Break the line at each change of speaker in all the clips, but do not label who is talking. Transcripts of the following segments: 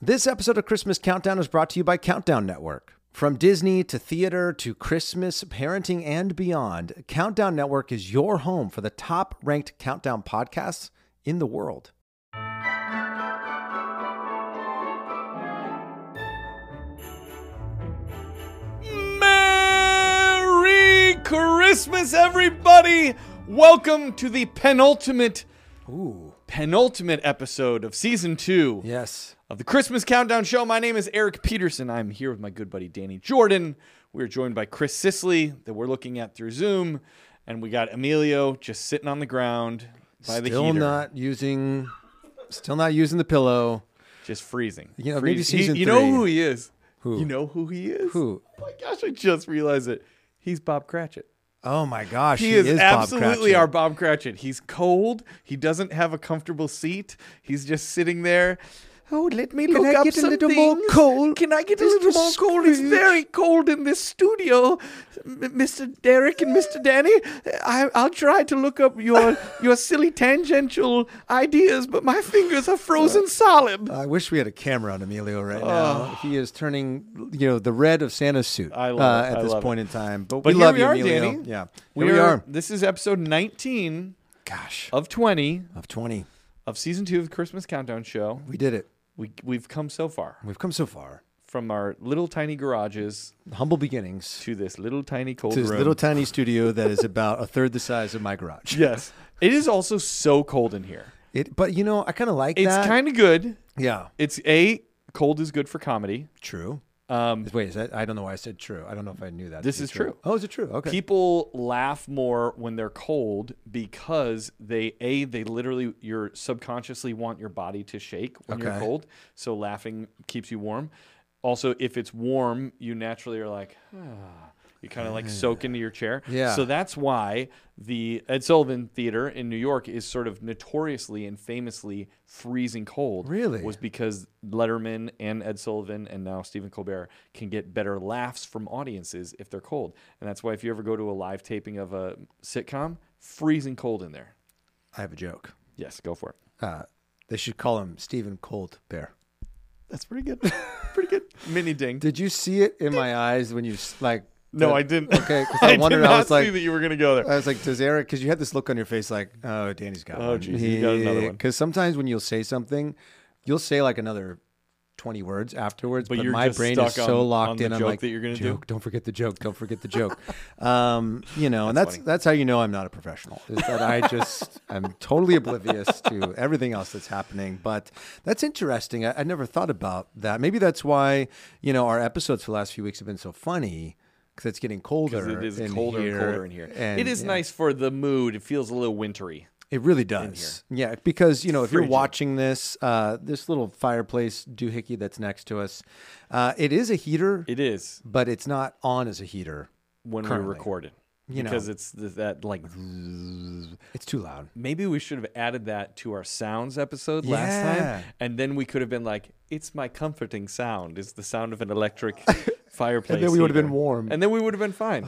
This episode of Christmas Countdown is brought to you by Countdown Network. From Disney to theater to Christmas, parenting, and beyond, Countdown Network is your home for the top ranked countdown podcasts in the world.
Merry Christmas, everybody! Welcome to the penultimate,
Ooh,
penultimate episode of season two
yes.
of the Christmas Countdown Show. My name is Eric Peterson. I'm here with my good buddy Danny Jordan. We're joined by Chris Sisley that we're looking at through Zoom, and we got Emilio just sitting on the ground by the
still
heater,
not using, still not using the pillow.
just freezing.
You know, maybe
Freezing.
season
He- you know
three.
who he is. Who? You know who he is.
Who?
Oh my gosh! I just realized it. He's Bob Cratchit.
Oh my gosh,
He is,
Bob
absolutely
Cratchit.
our Bob Cratchit. He's cold. He doesn't have a comfortable seat. He's just sitting there. Oh, let me look
I
up
get a
some
little more
things.
coal?
Can I get a
Mr.
little more cold? It's
Scrooge."
very cold in this studio, M- Mr. Derek and Mr. Danny. I, I'll try to look up your your silly tangential ideas, but my fingers are frozen solid.
I wish we had a camera on Emilio right now. He is turning, you know, the red of Santa's suit
Oh. I love
uh,
it.
at
I
this
love
point in time. But,
But
we
here
love
we
you,
are,
Emilio.
Danny.
Yeah, here we are.
This is episode 19
Gosh,
of 20
of twenty,
of season two of the Christmas Countdown Show.
we did it.
We, we've come so far.
We've come so far.
from our little tiny garages
Humble beginnings
to this little tiny cold
to this
room.
little tiny studio that is about a third the size of my garage.
yes, it is also so cold in here.
It, but you know, I kind of like
It's
that.
kind of good.
yeah,
It's a cold is good for comedy.
true.
Um,
Wait, is that, I don't know why I said true. I don't know if I knew that. to
This
be
is true.
Oh, is it true? Okay.
People laugh more when they're cold because they a they literally you're subconsciously want your body to shake when you're
Okay.
cold, so laughing keeps you warm. Also, if it's warm, you naturally are like. "Ah." You kind of like soak into your chair.
Yeah.
So that's why the Ed Sullivan Theater in New York is sort of notoriously and famously freezing cold.
Really?
Was because Letterman and Ed Sullivan and now Stephen Colbert can get better laughs from audiences if they're cold. And that's why if you ever go to a live taping of a sitcom, freezing cold in there.
I have a joke.
Yes, go for it.
Uh, they should call him Stephen Cold Bear.
That's pretty good. pretty good. Mini ding.
Did you see it in my eyes when you s- like?
No,
the-
I didn't.
Okay, 'cause I wondered-
did
I
not
was like-
see that you were going to go there.
I was like, does Eric? Because you had this look on your face, like, oh, Danny's got
Oh,
one.
geez, he's got another one.
Because sometimes when you'll say something, you'll say like another twenty words afterwards, but,
you're
my
just
brain
stuck
is so
on-
locked
on the
in. I'm
joke
like,
that you're gonna do?
joke. Don't forget the joke. Don't forget the joke. um, you know, and that's that's how you know I'm not a professional. Is that I just I'm totally oblivious to everything else that's happening. But that's interesting. I, I never thought about that. Maybe that's why you know our episodes for the last few weeks have been so funny. Because it's getting colder.
It is
in
colder
here,
and colder in here.
and-
it is
yeah.
nice for the mood. It feels a little wintry.
It really does. Yeah, because you know if you're
Frigid.
watching this, uh, this little fireplace doohickey that's next to us, uh, it is a heater,
It is
but it's not on as a heater.
when
Currently.
we record it.
You know.
because it's th- that like
It's too loud.
maybe we should have added that to our sounds episode last
Yeah.
time and then we could have been like it's my comforting sound is the sound of an electric fireplace
we would have been
heater."
warm. Ah,
and then we would have been fine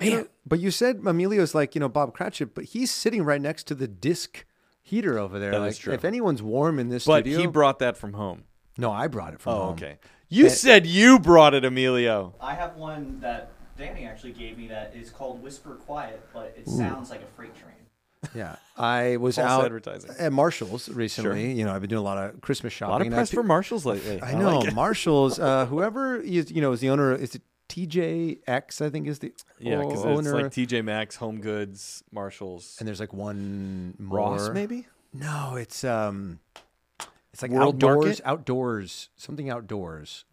You know, but you said Emilio's like you know Bob Cratchit, but he's sitting right next to the disc heater over there.
is
like
true.
if anyone's warm in this
but
studio,
he brought that from home
no, I brought it from
oh
home.
okay you said you brought it emilio
I have one that Danny actually gave me that is called Whisper Quiet, but it sounds like a freight train.
Yeah, I was
False
out
advertising.
at Marshalls recently. You know, I've been doing a lot of Christmas
a
shopping.
lot of
and I
press
pi-
for marshall's lately
I
like
know
it.
Marshalls. Uh, whoever is, you know, is the owner. Is it TJX? I think is the
yeah
o-
because it's
owner.
like tj maxx home goods marshall's
and there's like one more.
ross maybe
No, it's um, it's like
World
outdoors,
Market?
outdoors, something outdoors.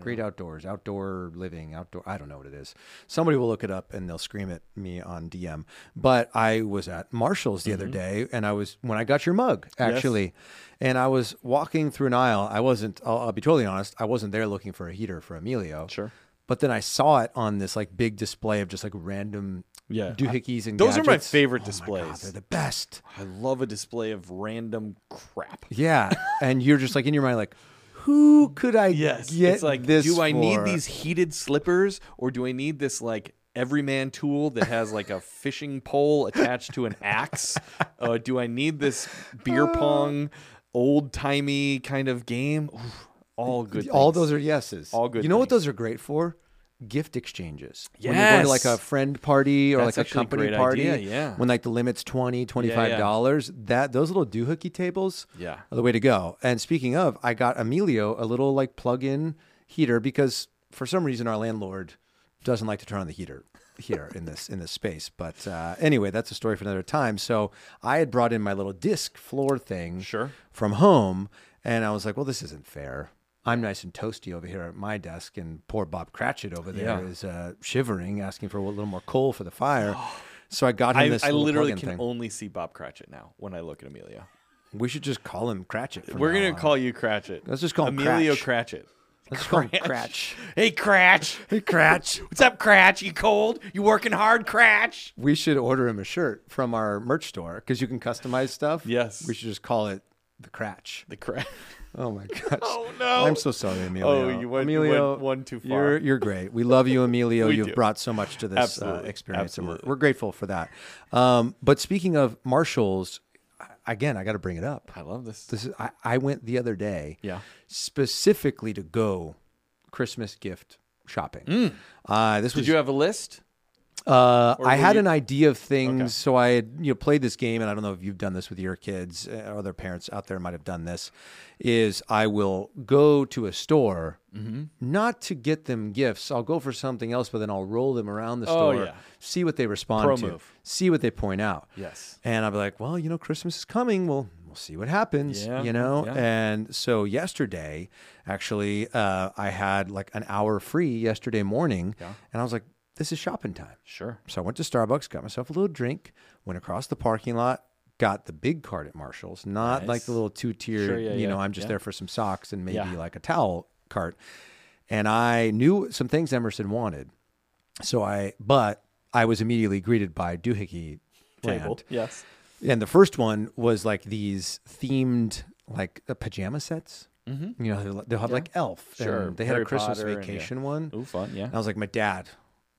Great outdoors, outdoor living, outdoor. I don't know what it is. Somebody will look it up and they'll scream at me on DM. But I was at Marshalls the
Mm-hmm.
other day, and I was when I got your mug actually, and I was walking through an aisle. I wasn't. I'll, I'll be totally honest. I wasn't there looking for a heater for Emilio.
Sure.
But then I saw it on this like big display of just like random
Yeah.
doohickeys and
Those are my
gadgets.
favorite
Oh God,
displays.
they're the best.
i love a display of random crap
Yeah, and you're just like in your mind, like, who could I
Yes.
get
it's like,
this?
do I need
for?
these heated slippers or do I need this like everyman tool that has like a fishing pole attached to an axe? Uh,
Uh.
do I need this beer pong old timey kind of game? Oof, All good.
All
things.
those are yeses.
All good
You know what
things.
those are great for? Gift exchanges. When you're going to like a
Yes.
friend party or like
That's
a
actually a
company
great
party.
idea, yeah.
When like the limit's 20 $25. That those little doohickey tables
Yeah.
are the way to go. And speaking of, I got Emilio a little like plug-in heater because for some reason our landlord doesn't like to turn on the heater here in this in this space. But uh, anyway, that's a story for another time. So I had brought in my little disc floor thing
Sure.
from home, and I was like, "Well, this isn't fair. I'm nice and toasty over here at my desk, and poor Bob Cratchit over there is
Yeah.
uh, shivering, asking for a little more coal for the fire." So I got him
I,
this.
I
little
literally
plug-in
can
thing.
only see Bob Cratchit now when I look at Amelia.
we should just call him Cratchit. from
We're
now
gonna
on.
call you Cratchit.
Let's just call him
Emilio
Cratch.
Cratchit.
Let's call him Cratch.
Hey, Cratch.
Hey, Cratch.
What's up, Cratch? You cold? You working hard, Cratch?
We should order him a shirt from our merch store because you can customize stuff.
Yes.
We should just call it the Cratch.
The Cratch.
Oh my gosh.
Oh, no. Oh,
I'm so sorry, Emilio.
you went- you
Emilio,
went one too far.
You're you're great. We love you, Emilio.
We
You've
do.
brought so much to this uh,
Absolutely.
experience, and
Absolutely.
we're, we're grateful for that. Um, but speaking of Marshalls, I- again, I got to bring it up.
I love this.
This is, I, I went the other day,
Yeah.
specifically to go Christmas gift shopping. Uh, this was
Mm. Did you have a list?
uh, I
were
had
you-
an idea of things, so I had you know played this game, and I don't know if you've done this with your kids uh, or their parents out there might have done this. Is I will go to a store
Mm-hmm.
not to get them gifts. I'll go for something else, but then I'll roll them around the
Oh,
store,
yeah.
see what they respond
Pro
to,
move.
see what they point out.
Yes.
And I'll be like, well, you know, Christmas is coming. Well, we'll see what happens,
Yeah,
you know?
yeah.
And so yesterday, actually, uh, I had like an hour free yesterday morning. And I was like, this is shopping time.
Sure.
So I went to Starbucks, got myself a little drink, went across the parking lot, got the big cart at Marshall's, not like the
Nice.
little two tier,
Sure, yeah,
you know,
yeah,
I'm just
yeah.
there for some socks and maybe
Yeah.
like a towel cart. And I knew some things Emerson wanted. So I, but I was immediately greeted by Doohickey Land.
Yes.
And the first one was like these themed like uh, pajama sets. Mm-hmm. You know, they'll, they'll have like Elf. and
Sure,
they had
Harry
a Christmas
Potter and, yeah.
Vacation one.
Ooh, fun. Yeah.
And I was like, my dad,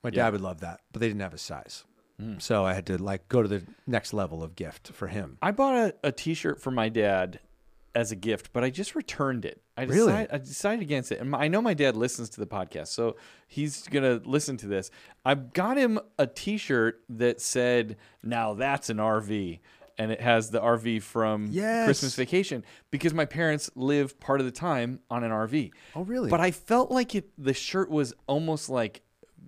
my dad would love that, but they didn't have his size.
Mm.
So I had to like go to the next level of gift for him.
I bought a, a T-shirt for my dad as a gift, but I just returned it. I
Really?
decide, I decided against it, and my, I know my dad listens to the podcast, so he's gonna listen to this. I got him a T-shirt that said, "Now that's an RV." And it has the RV from
Yes.
Christmas Vacation because my parents live part of the time on an RV.
Oh, really?
But I felt like it, the shirt was almost like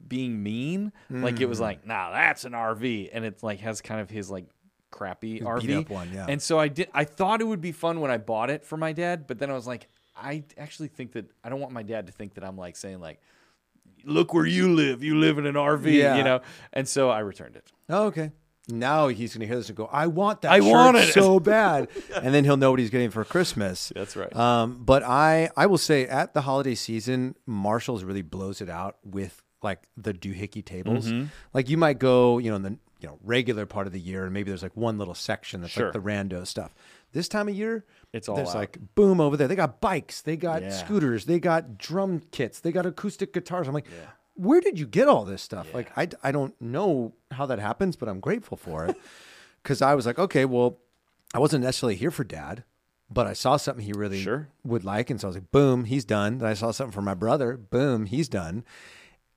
being mean. Like it
Hmm.
was like, nah, that's an RV, and it like has kind of his like crappy RV
beat up one, yeah.
And so I did. I thought it would be fun when I bought it for my dad, but then I was like, I actually think that I don't want my dad to think that I'm like saying like, look where you live. You live in an RV,
Yeah.
you know. And so I returned it.
Oh, okay. Now he's going to hear this and go, I want that
I
shirt
wanted it."
so bad. And then he'll know what he's getting for Christmas.
That's right.
Um, but I, I will say at the holiday season, Marshalls really blows it out with like the doohickey tables.
Mm-hmm.
Like you might go, you know, in the you know regular part of the year, and maybe there's like one little section that's
Sure.
like the rando stuff. This time of year,
It's all
there's
out.
like boom over there. They got bikes, they got
Yeah.
scooters, they got drum kits, they got acoustic guitars. I'm like, where did you get all this stuff? Like, I, I don't know how that happens, but I'm grateful for it. Cause I was like, okay, well, I wasn't necessarily here for dad, but I saw something he really
Sure.
would like. And so I was like, boom, he's done. Then I saw something for my brother, boom, he's done.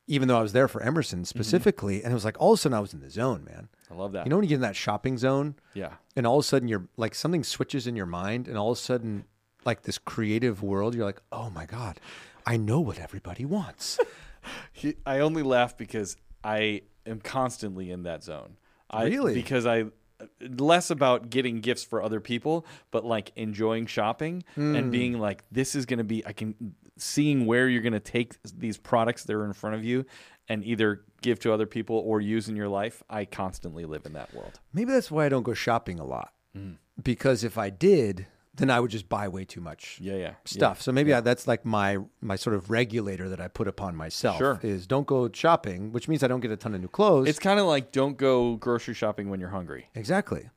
Even though I was there for Emerson specifically. And it was like, all of a sudden I was in the zone, man.
Mm-hmm. I love that.
You know, when you get in that shopping zone
Yeah.
and all of a sudden you're like something switches in your mind and all of a sudden like this creative world you're like oh my god i know what everybody wants
He, I only laugh because I am constantly in that zone. I,
Really?
Because I less about getting gifts for other people, but like enjoying shopping and being like, this is going to be. I can seeing where you're going to take these products that are in front of you and either give to other people or use in your life. I constantly live in that world.
maybe that's why i don't go shopping a lot
Mm.
because if i did then i would just buy way too much
Yeah, yeah.
stuff so maybe I, that's like my my sort of regulator that i put upon myself
Sure.
is don't go shopping which means i don't get a ton of new clothes
It's kind of like don't go grocery shopping when you're hungry.
exactly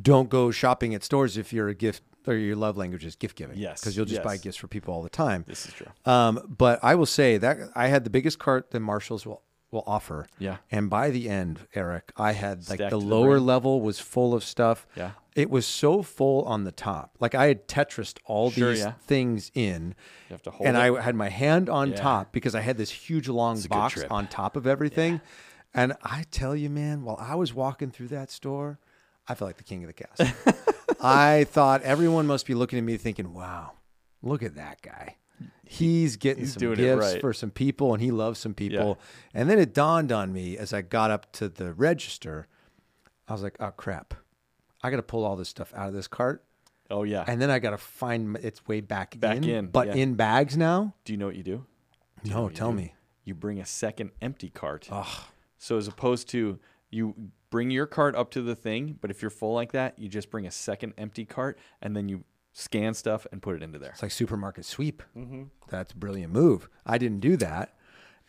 don't go shopping at stores if your gift or your love language is gift giving
Yes,
because you'll just buy
yes.
gifts for people all the time
This is true.
Um, but I will say that I had the biggest cart that Marshalls will will offer.
Yeah.
And by the end, Eric, I had like
Stacked
the
to the
lower
brim.
level was full of stuff.
Yeah.
It was so full on the top. Like I had Tetrised all
Sure,
these
yeah.
things in.
You have to hold
and
it.
I had my hand on
Yeah.
top because I had this huge long
a good
box
trip.
on top of everything. And I tell you, man, while I was walking through that store, I felt like the king of the castle. I thought everyone must be looking at me thinking, wow, look at that guy. He's getting
he's
some
doing it
gifts
right.
for some people and he loves some people. And then it dawned on me as I got up to the register, I was like, oh, crap. I got to pull all this stuff out of this cart.
Oh yeah.
And then I got to find m- its way back,
Back in,
but
yeah.
in bags now.
do you know what you do?
No, tell me.
You bring a second empty cart. So as opposed to you bring your cart up to the thing, but if you're full like that, you just bring a second empty cart and then you scan stuff and put it into there.
It's like supermarket sweep.
Mm-hmm.
That's a brilliant move. I didn't do that.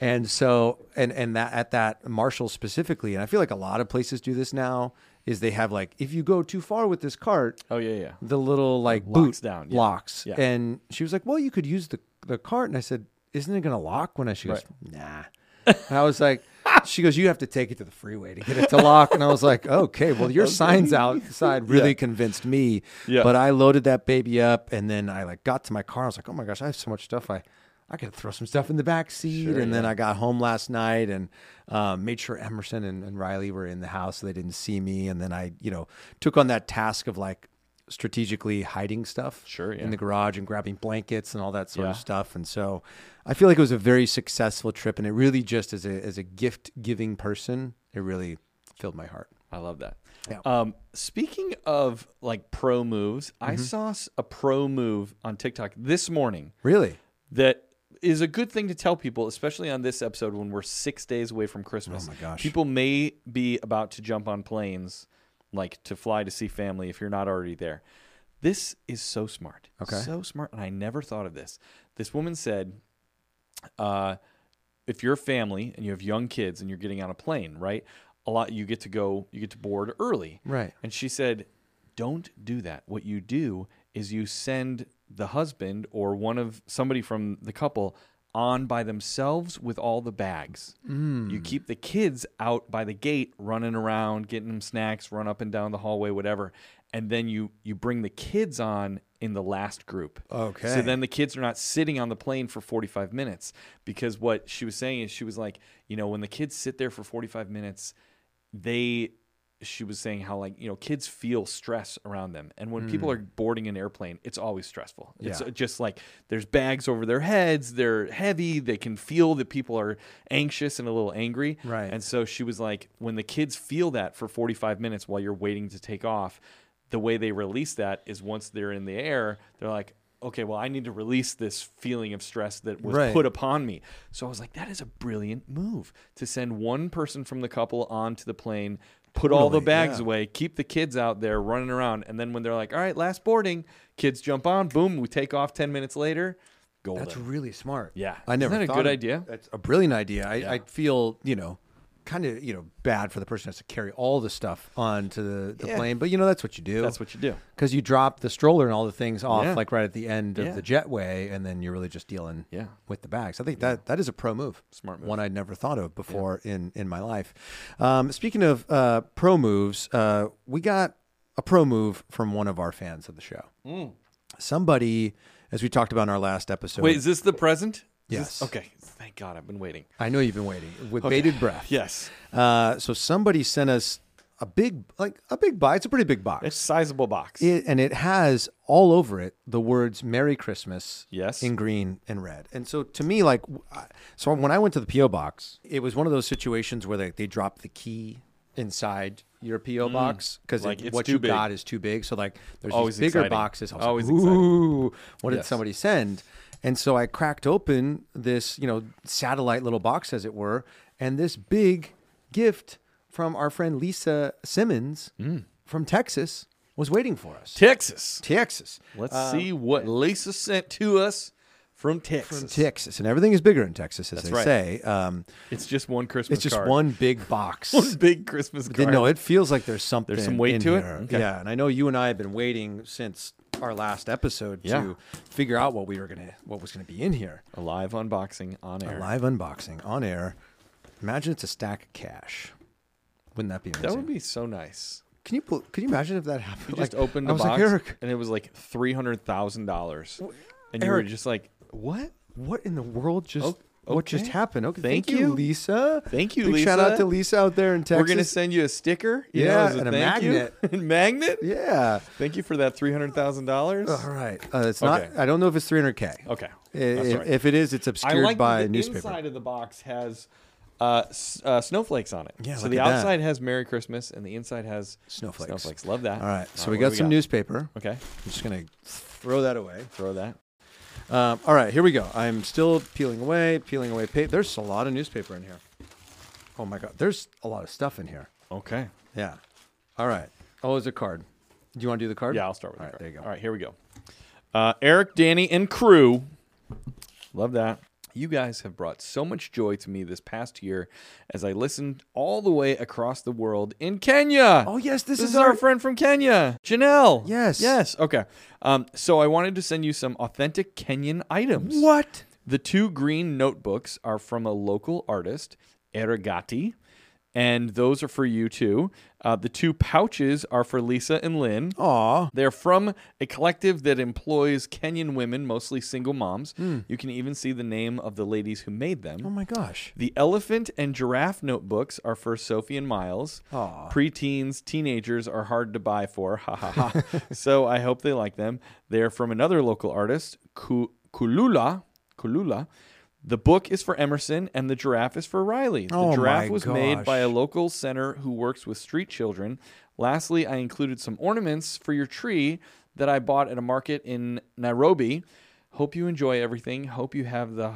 And so, and, and that at that Marshall specifically, and I feel like a lot of places do this now is they have like, if you go too far with this cart,
Oh yeah, yeah.
the little like
Locks
boot
down, yeah.
locks.
Yeah.
And she was like, "Well, you could use the the cart." And I said, "Isn't it going to lock when I?" She goes, "Nah." And I was like, "She goes, you have to take it to the freeway to get it to lock." And I was like, "Okay, well, your signs outside really convinced me."
Yeah.
But I loaded that baby up, and then I like got to my car. I was like, "Oh my gosh, I have so much stuff." I I could throw some stuff in the back seat, and then I got home last night and um, made sure Emerson and, and Riley were in the house so they didn't see me. And then I, you know, took on that task of like strategically hiding stuff
Sure, yeah.
in the garage and grabbing blankets and all that sort of
Yeah.
stuff. And so I feel like it was a very successful trip and it really just as a as a gift giving person, it really filled my heart.
I love that.
Yeah.
Um, speaking of like pro moves, I saw s- a pro move on TikTok this morning
Really?
that is a good thing to tell people, especially on this episode when we're six days away from Christmas.
Oh my gosh.
People may be about to jump on planes, like to fly to see family if you're not already there. This is so smart.
Okay.
So smart. And I never thought of this. This woman said, uh, if you're a family and you have young kids and you're getting on a plane, right? A lot you get to go, you get to board early.
Right.
And she said, "Don't do that. What you do is you send the husband or one of somebody from the couple on by themselves with all the bags.
Mm.
You keep the kids out by the gate running around, getting them snacks, run up and down the hallway, whatever. And then you you bring the kids on in the last group.
Okay.
So then the kids are not sitting on the plane for 45 minutes because what she was saying is she was like, you know, when the kids sit there for 45 minutes, they she was saying how like you know kids feel stress around them and when people are boarding an airplane it's always stressful it's
Yeah.
just like there's bags over their heads they're heavy they can feel that people are anxious and a little angry
Right.
and so she was like when the kids feel that for 45 minutes while you're waiting to take off the way they release that is once they're in the air they're like okay well i need to release this feeling of stress that was
Right.
put upon me. So I was like, that is a brilliant move to send one person from the couple onto the plane, put all the
Totally,
bags
yeah.
away, keep the kids out there running around. And then when they're like, all right, last boarding, kids jump on, boom, we take off 10 minutes later. Golden.
That's really smart.
Yeah.
I never
Isn't that a
thought
good
of-
idea?
That's a brilliant idea. I, I feel, you know, kind of, you know, bad for the person who has to carry all the stuff onto the, the plane. But you know, that's what you do.
That's what you do.
because you drop the stroller and all the things off
Yeah.
like right at the end of
Yeah.
the jetway, and then you're really just dealing
Yeah.
with the bags. I think that that is a pro move,
Smart move.
one I'd never thought of before in in my life. Um, speaking of uh, pro moves, uh, we got a pro move from one of our fans of the show.
Mm.
Somebody, as we talked about in our last episode,
Wait, is this the present? Is this-
Yes.
okay. Thank God I've been waiting.
I know you've been waiting with bated breath.
Yes.
Uh, so somebody sent us a big, like a big box. It's a pretty big box.
It's a sizable box.
It, and it has all over it the words "Merry Christmas"
Yes.
in green and red. And so to me, like, w- I- so when I went to the PO box, it was one of those situations where they they drop the key inside your PO box because
Mm. Like, it's
what
too
you
big.
got is too big. So like, there's
Always
these bigger
exciting.
boxes. I was
Always
like,
exciting.
Ooh, what did
Yes.
somebody send? And so I cracked open this, you know, satellite little box, as it were, and this big gift from our friend Lisa Simmons
Mm.
from Texas was waiting for us.
Texas.
Texas.
Let's see what Lisa sent to us Um, from Texas.
From Texas. And everything is bigger in Texas, as they
right.
say. Um,
It's just one Christmas
it's just
card.
one big box.
One big Christmas
Then,
card.
no, it feels like there's something.
some weight
in
to it?
here.
Okay.
Yeah, and I know you and I have been waiting since our last episode
Yeah.
to figure out what we were gonna, what was gonna be in here.
A live unboxing on air.
A live unboxing on air. Imagine it's a stack of cash. Wouldn't that be amazing?
That would be so nice.
Can you pl- can you imagine if that happened?
You
Like,
just opened
I
a
was
box
like, Eric,
and it was like three hundred thousand dollars, and you were
Eric.
just like, "What?
what in the world just
Oh,
what just
okay.
happened? Okay,
Thank
thank,
you.
you, Lisa.
Thank you,
Big shout out
Lisa.
to Lisa out there in Texas.
We're gonna send you a sticker, you know,
Yeah,
as
and a
thank you?
magnet.
and magnet.
yeah.
Thank you for that three hundred thousand dollars.
All right. Uh, it's
Okay.
not. I don't know if it's 300k.
Okay,
I-
that's
If,
all right.
if it is, it's
I
obscured
like
by
that
a
the
newspaper.
inside of the box has uh, s- uh, snowflakes on it.
Yeah,
so
look
the
at that.
outside has Merry Christmas, and the inside has
Snowflakes.
Snowflakes. Love that.
All right. So
All
we
what
got
do
some newspaper.
Okay,
I'm just gonna throw that away.
throw that.
Um, all right. Here we go. I'm still peeling away, peeling away. Pa- There's a lot of newspaper in here. Oh my god. There's a lot of stuff in here.
Okay.
Yeah. All right. Oh, it's a card. Do you want to do the card?
Yeah, I'll start with
All right,
the card.
There you go.
All right, here we go. Uh, Eric, Danny, and crew. Love that. You guys have brought so much joy to me this past year as I listened all the way across the world in Kenya.
Oh yes, this,
This is our friend from Kenya, Janelle.
Yes.
Yes. Okay. Um, so I wanted to send you some authentic Kenyan items.
What?
The two green notebooks are from a local artist, Erigati, and those are for you too. Uh, the two pouches are for Lisa and Lynn.
Aw.
They're from a collective that employs Kenyan women, mostly single moms. You can even see the name of the ladies who made them.
Hmm. Oh my gosh.
The elephant and giraffe notebooks are for Sophie and Miles.
Aw.
Preteens, teenagers are hard to buy for. Ha ha ha. so I hope they like them. They're from another local artist, Ku- Kulula. Kulula. The book is for Emerson and the giraffe is for Riley. The
Oh my
giraffe was made
gosh.
by a local center who works with street children. Lastly, I included some ornaments for your tree that I bought at a market in Nairobi. Hope you enjoy everything. Hope you have the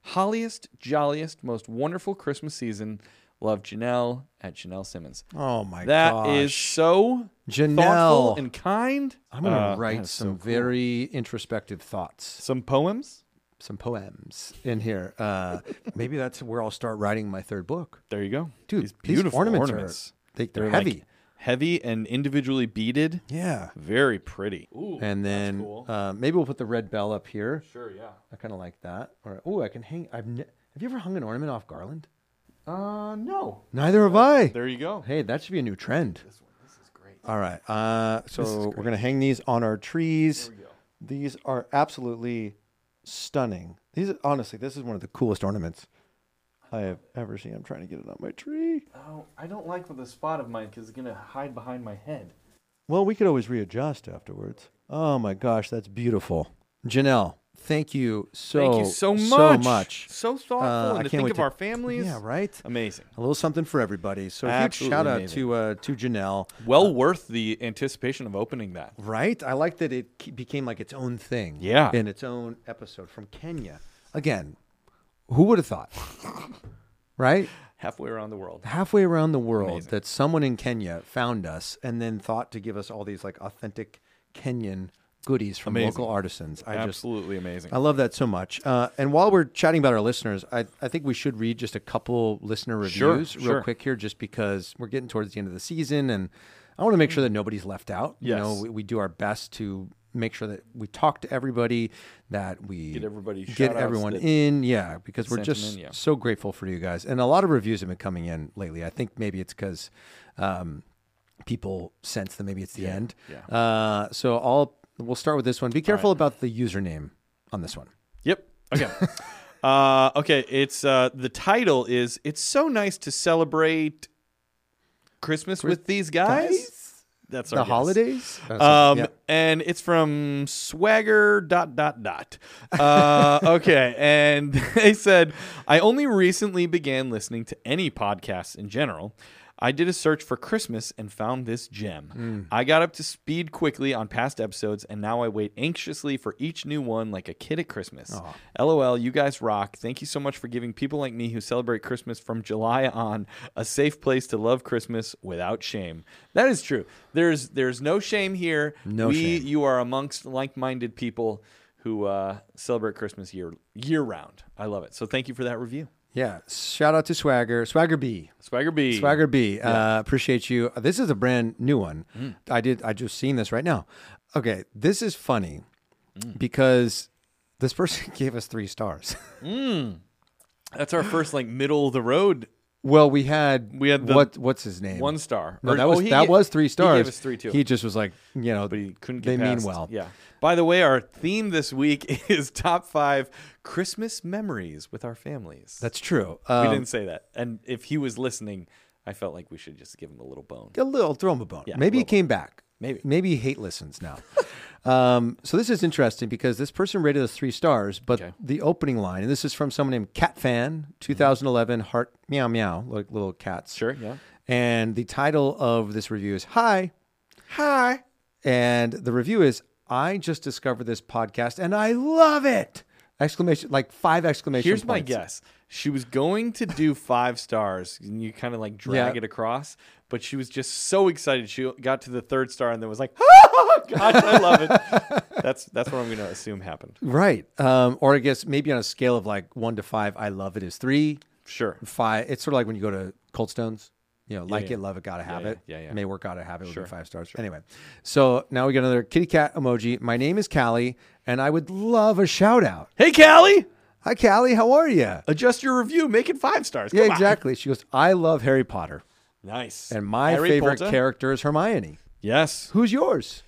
holliest, jolliest, most wonderful Christmas season. Love Janelle at Janelle Simmons.
Oh my
That
gosh.
is so thoughtful
Janelle.
and kind.
I'm gonna
Uh, that
write
is
some
so cool.
very introspective thoughts,
some poems.
some poems in here. Uh, maybe that's where I'll start writing my third book,
There you go,
dude.
These
these
beautiful
ornaments,
ornaments.
are they, they're,
They're like
heavy.
heavy, and individually beaded.
yeah.
Very pretty. Ooh,
And then
cool.
uh, maybe we'll put the red bell up here.
sure, yeah.
I kind of like that. Or oh, I can hang. I've ne- have you ever hung an ornament off garland?
Uh, no.
Neither have I.
There you go.
Hey, that should be a new trend.
This one, this is great.
All right. Uh, so we're gonna hang these on our trees.
we go.
These are absolutely stunning. These are- honestly, this is one of the coolest ornaments I have ever seen. I'm trying to get it on my tree.
Oh, I don't like with the spot of mine because it's gonna hide behind my head.
Well, we could always readjust afterwards. Oh my gosh, that's beautiful, Janelle. Thank you so
Thank you so much.
so much.
So
Uh, I
thoughtful, and to
can't
think
wait
of
to-
our families.
Yeah, right.
Amazing.
A little something for everybody. So a huge
Absolutely
shout out
amazing.
to uh, to Janelle.
Well worth the anticipation of opening that.
Right? I like that it ke- became like its own thing.
Yeah.
In its own episode from Kenya. Again, who would have thought? right?
Halfway around the world.
Halfway around the world that someone in Kenya found us and then thought to give us all these like authentic Kenyan goodies from local artisans. I just
Absolutely amazing.
I love that so much. Uh, and while we're chatting about our listeners, I, I think we should read just a couple listener
Sure,
reviews real
sure.
quick here, just because we're getting towards the end of the season, and I want to make sure that nobody's left out. You
Yes.
know, we, we do our best to make sure that we talk to everybody, that we
Get everybody
get
shout-outs
everyone
that-
in, yeah, because we're
Sent
just
them in, yeah.
so grateful for you guys, and a lot of reviews have been coming in lately. I think maybe it's because. Um, people sense that maybe it's the end.
yeah.
Uh, so I'll we'll start with this one. Be careful about the username on this one.
Yep. Okay. uh, okay. It's uh, the title is "It's so nice to celebrate Christmas with these guys." That's our
the
guess.
holidays. Oh,
Um, and it's from Swagger dot dot dot. Uh, okay, and they said I only recently began listening to any podcasts in general. I did a search for Christmas and found this gem. I got up to speed quickly on past episodes, and now I wait anxiously for each new one like a kid at Christmas. LOL, you guys rock. Thank you so much for giving people like me who celebrate Christmas from July on a safe place to love Christmas without shame. That is true. There's there's no shame here.
No
we,
shame.
You are amongst like-minded people who uh, celebrate Christmas year year round. I love it. So thank you for that review,
yeah. Shout out to Swagger, Swagger B,
Swagger B. Mm.
Swagger B. Uh, appreciate you. This is a brand new one. I did. I just seen this right now. Okay, this is funny
Mm.
because this person gave us three stars.
That's our first like middle of the road
Well, we had
We had the
what what's his name?
One star.
No,
Or-
that was
oh, he
that
ga-
was three stars.
He gave us three too.
He just was like, you know,
but he couldn't get
they
past-
mean well.
Yeah. By the way, our theme this week is top five Christmas memories with our families.
That's true.
we
Um,
didn't say that. And if he was listening, I felt like we should just give him a little bone.
a little throw him a bone.
Yeah,
maybe
a
he
little
came back.
Maybe.
maybe he hate listens now. um, so this is interesting because this person rated us three stars, but
Okay.
the opening line, and this is from someone named Cat Fan, 2011, heart meow meow, like little cats.
Sure, yeah.
And the title of this review is Hi. Hi. And the review is I just discovered this podcast and I love it. Exclamation like five exclamation
Here's my
points.
guess. She was going to do five stars, and you kind of like drag
Yeah.
it across. But she was just so excited. She got to the third star and then was like, "Ah, "Gosh, I love it." that's that's what I'm going to assume happened.
Right. Um, or I guess maybe on a scale of like one to five, I love it is three.
Sure.
Five it's sort of like when you go to Cold Stones. You know, like
yeah.
it, love it, gotta have
yeah,
it.
yeah, yeah.
May work, gotta have it. Would be five stars. Anyway, so now we got another kitty cat emoji. My name is Callie, and I would love a shout out.
Hey, Callie,
Hi, Callie. How are you?
adjust your review. Make it five stars.
Yeah,
Come on.
exactly. She goes, I love Harry Potter,
Nice.
and my
Harry
favorite
Potter?
character is Hermione.
Yes,
Who's yours?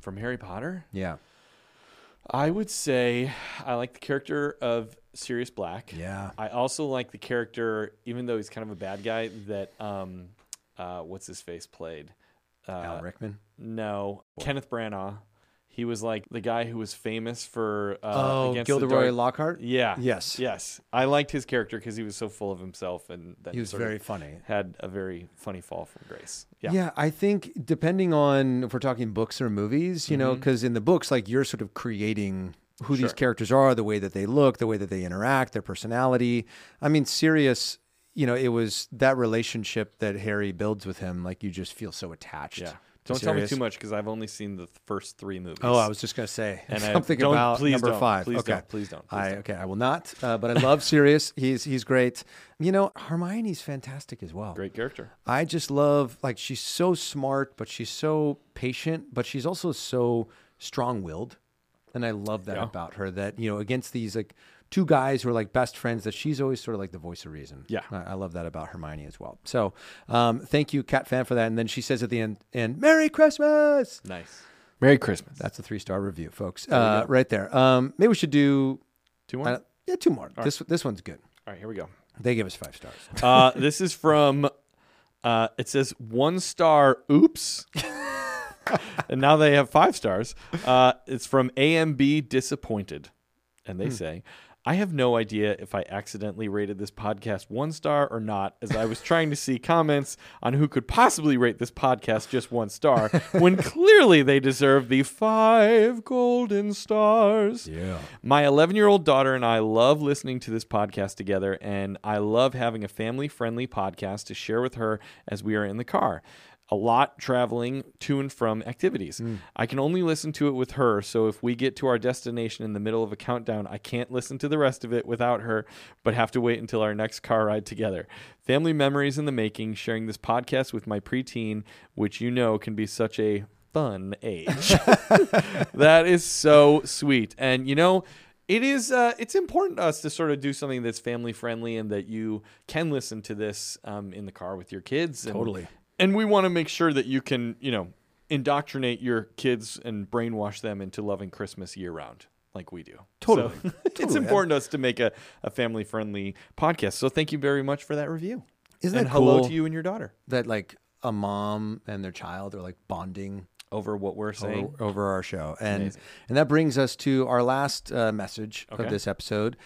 from Harry Potter.
Yeah,
I would say I like the character of Sirius Black.
Yeah.
I also like the character, even though he's kind of a bad guy, that um, uh, what's his face played? Uh,
Al Rickman.
No, Kenneth Branagh. He was like the guy who was famous for uh,
Oh,
against the
Gilderoy
dark-
Lockhart.
Yeah.
Yes.
Yes. I liked his character because he was so full of himself and that
He was
sort of
very funny.
Had a very funny fall from grace. Yeah.
Yeah. I think depending on if we're talking books or movies, you know, 'cause know, because in the books, like you're sort of creating who these
Mm-hmm. Sure.
characters are, the way that they look, the way that they interact, their personality. I mean, Sirius, you know, it was that relationship that Harry builds with him. Like you just feel so attached.
Yeah.
to
Don't tell me
Sirius.
too much because I've only seen the first three movies.
Oh, I was just gonna say
And I-
something
don't-
about
please
number
don't,
five.
please
okay,
don't, please don't, please
I
don't.
okay, I will not. Uh, but I love Sirius. He's he's great. You know, Hermione's fantastic as well.
great character.
I just love like she's so smart, but she's so patient, but she's also so strong-willed, and I love that
Yeah.
about her. That you know, against these like two guys who are like best friends, that she's always sort of like the voice of reason.
Yeah.
I, I love that about Hermione as well. So, um, thank you, Cat Fan, for that. And then she says at the end, "And Merry Christmas."
Nice. Merry Christmas.
That's a three star review, folks. uh, right there. Um, maybe we should do
Two more.
uh, yeah two more. This this one's good.
All right, here we go.
They give us five stars.
Uh, this is from. Uh, it says one star. Oops. and now they have five stars. Uh, it's from AMB disappointed, and they say. I have no idea if I accidentally rated this podcast one star or not, as I was trying to see comments on who could possibly rate this podcast just one star, when clearly they deserve the five golden stars.
Yeah.
My 11 year old daughter and I love listening to this podcast together, and I love having a family friendly podcast to share with her as we are in the car. A lot traveling to and from activities. I can only listen to it with her, so if we get to our destination in the middle of a countdown, I can't listen to the rest of it without her, but have to wait until our next car ride together. Family memories in the making, sharing this podcast with my preteen, which you know can be such a fun age. that is so sweet and you know it is uh, it's important to us to sort of do something that's family friendly and that you can listen to this um, in the car with your kids and,
Totally.
and we want to make sure that you can you know indoctrinate your kids and brainwash them into loving christmas year round like we do
Totally.
So it's
Totally.
important to us to make a, a family friendly podcast so thank you very much for that review
Isn't
and
that
hello
cool?
to you and your daughter
That like a mom and their child are like bonding
over what we're saying
over, over our show, and and that brings us to our last uh, message of
Okay.
this episode.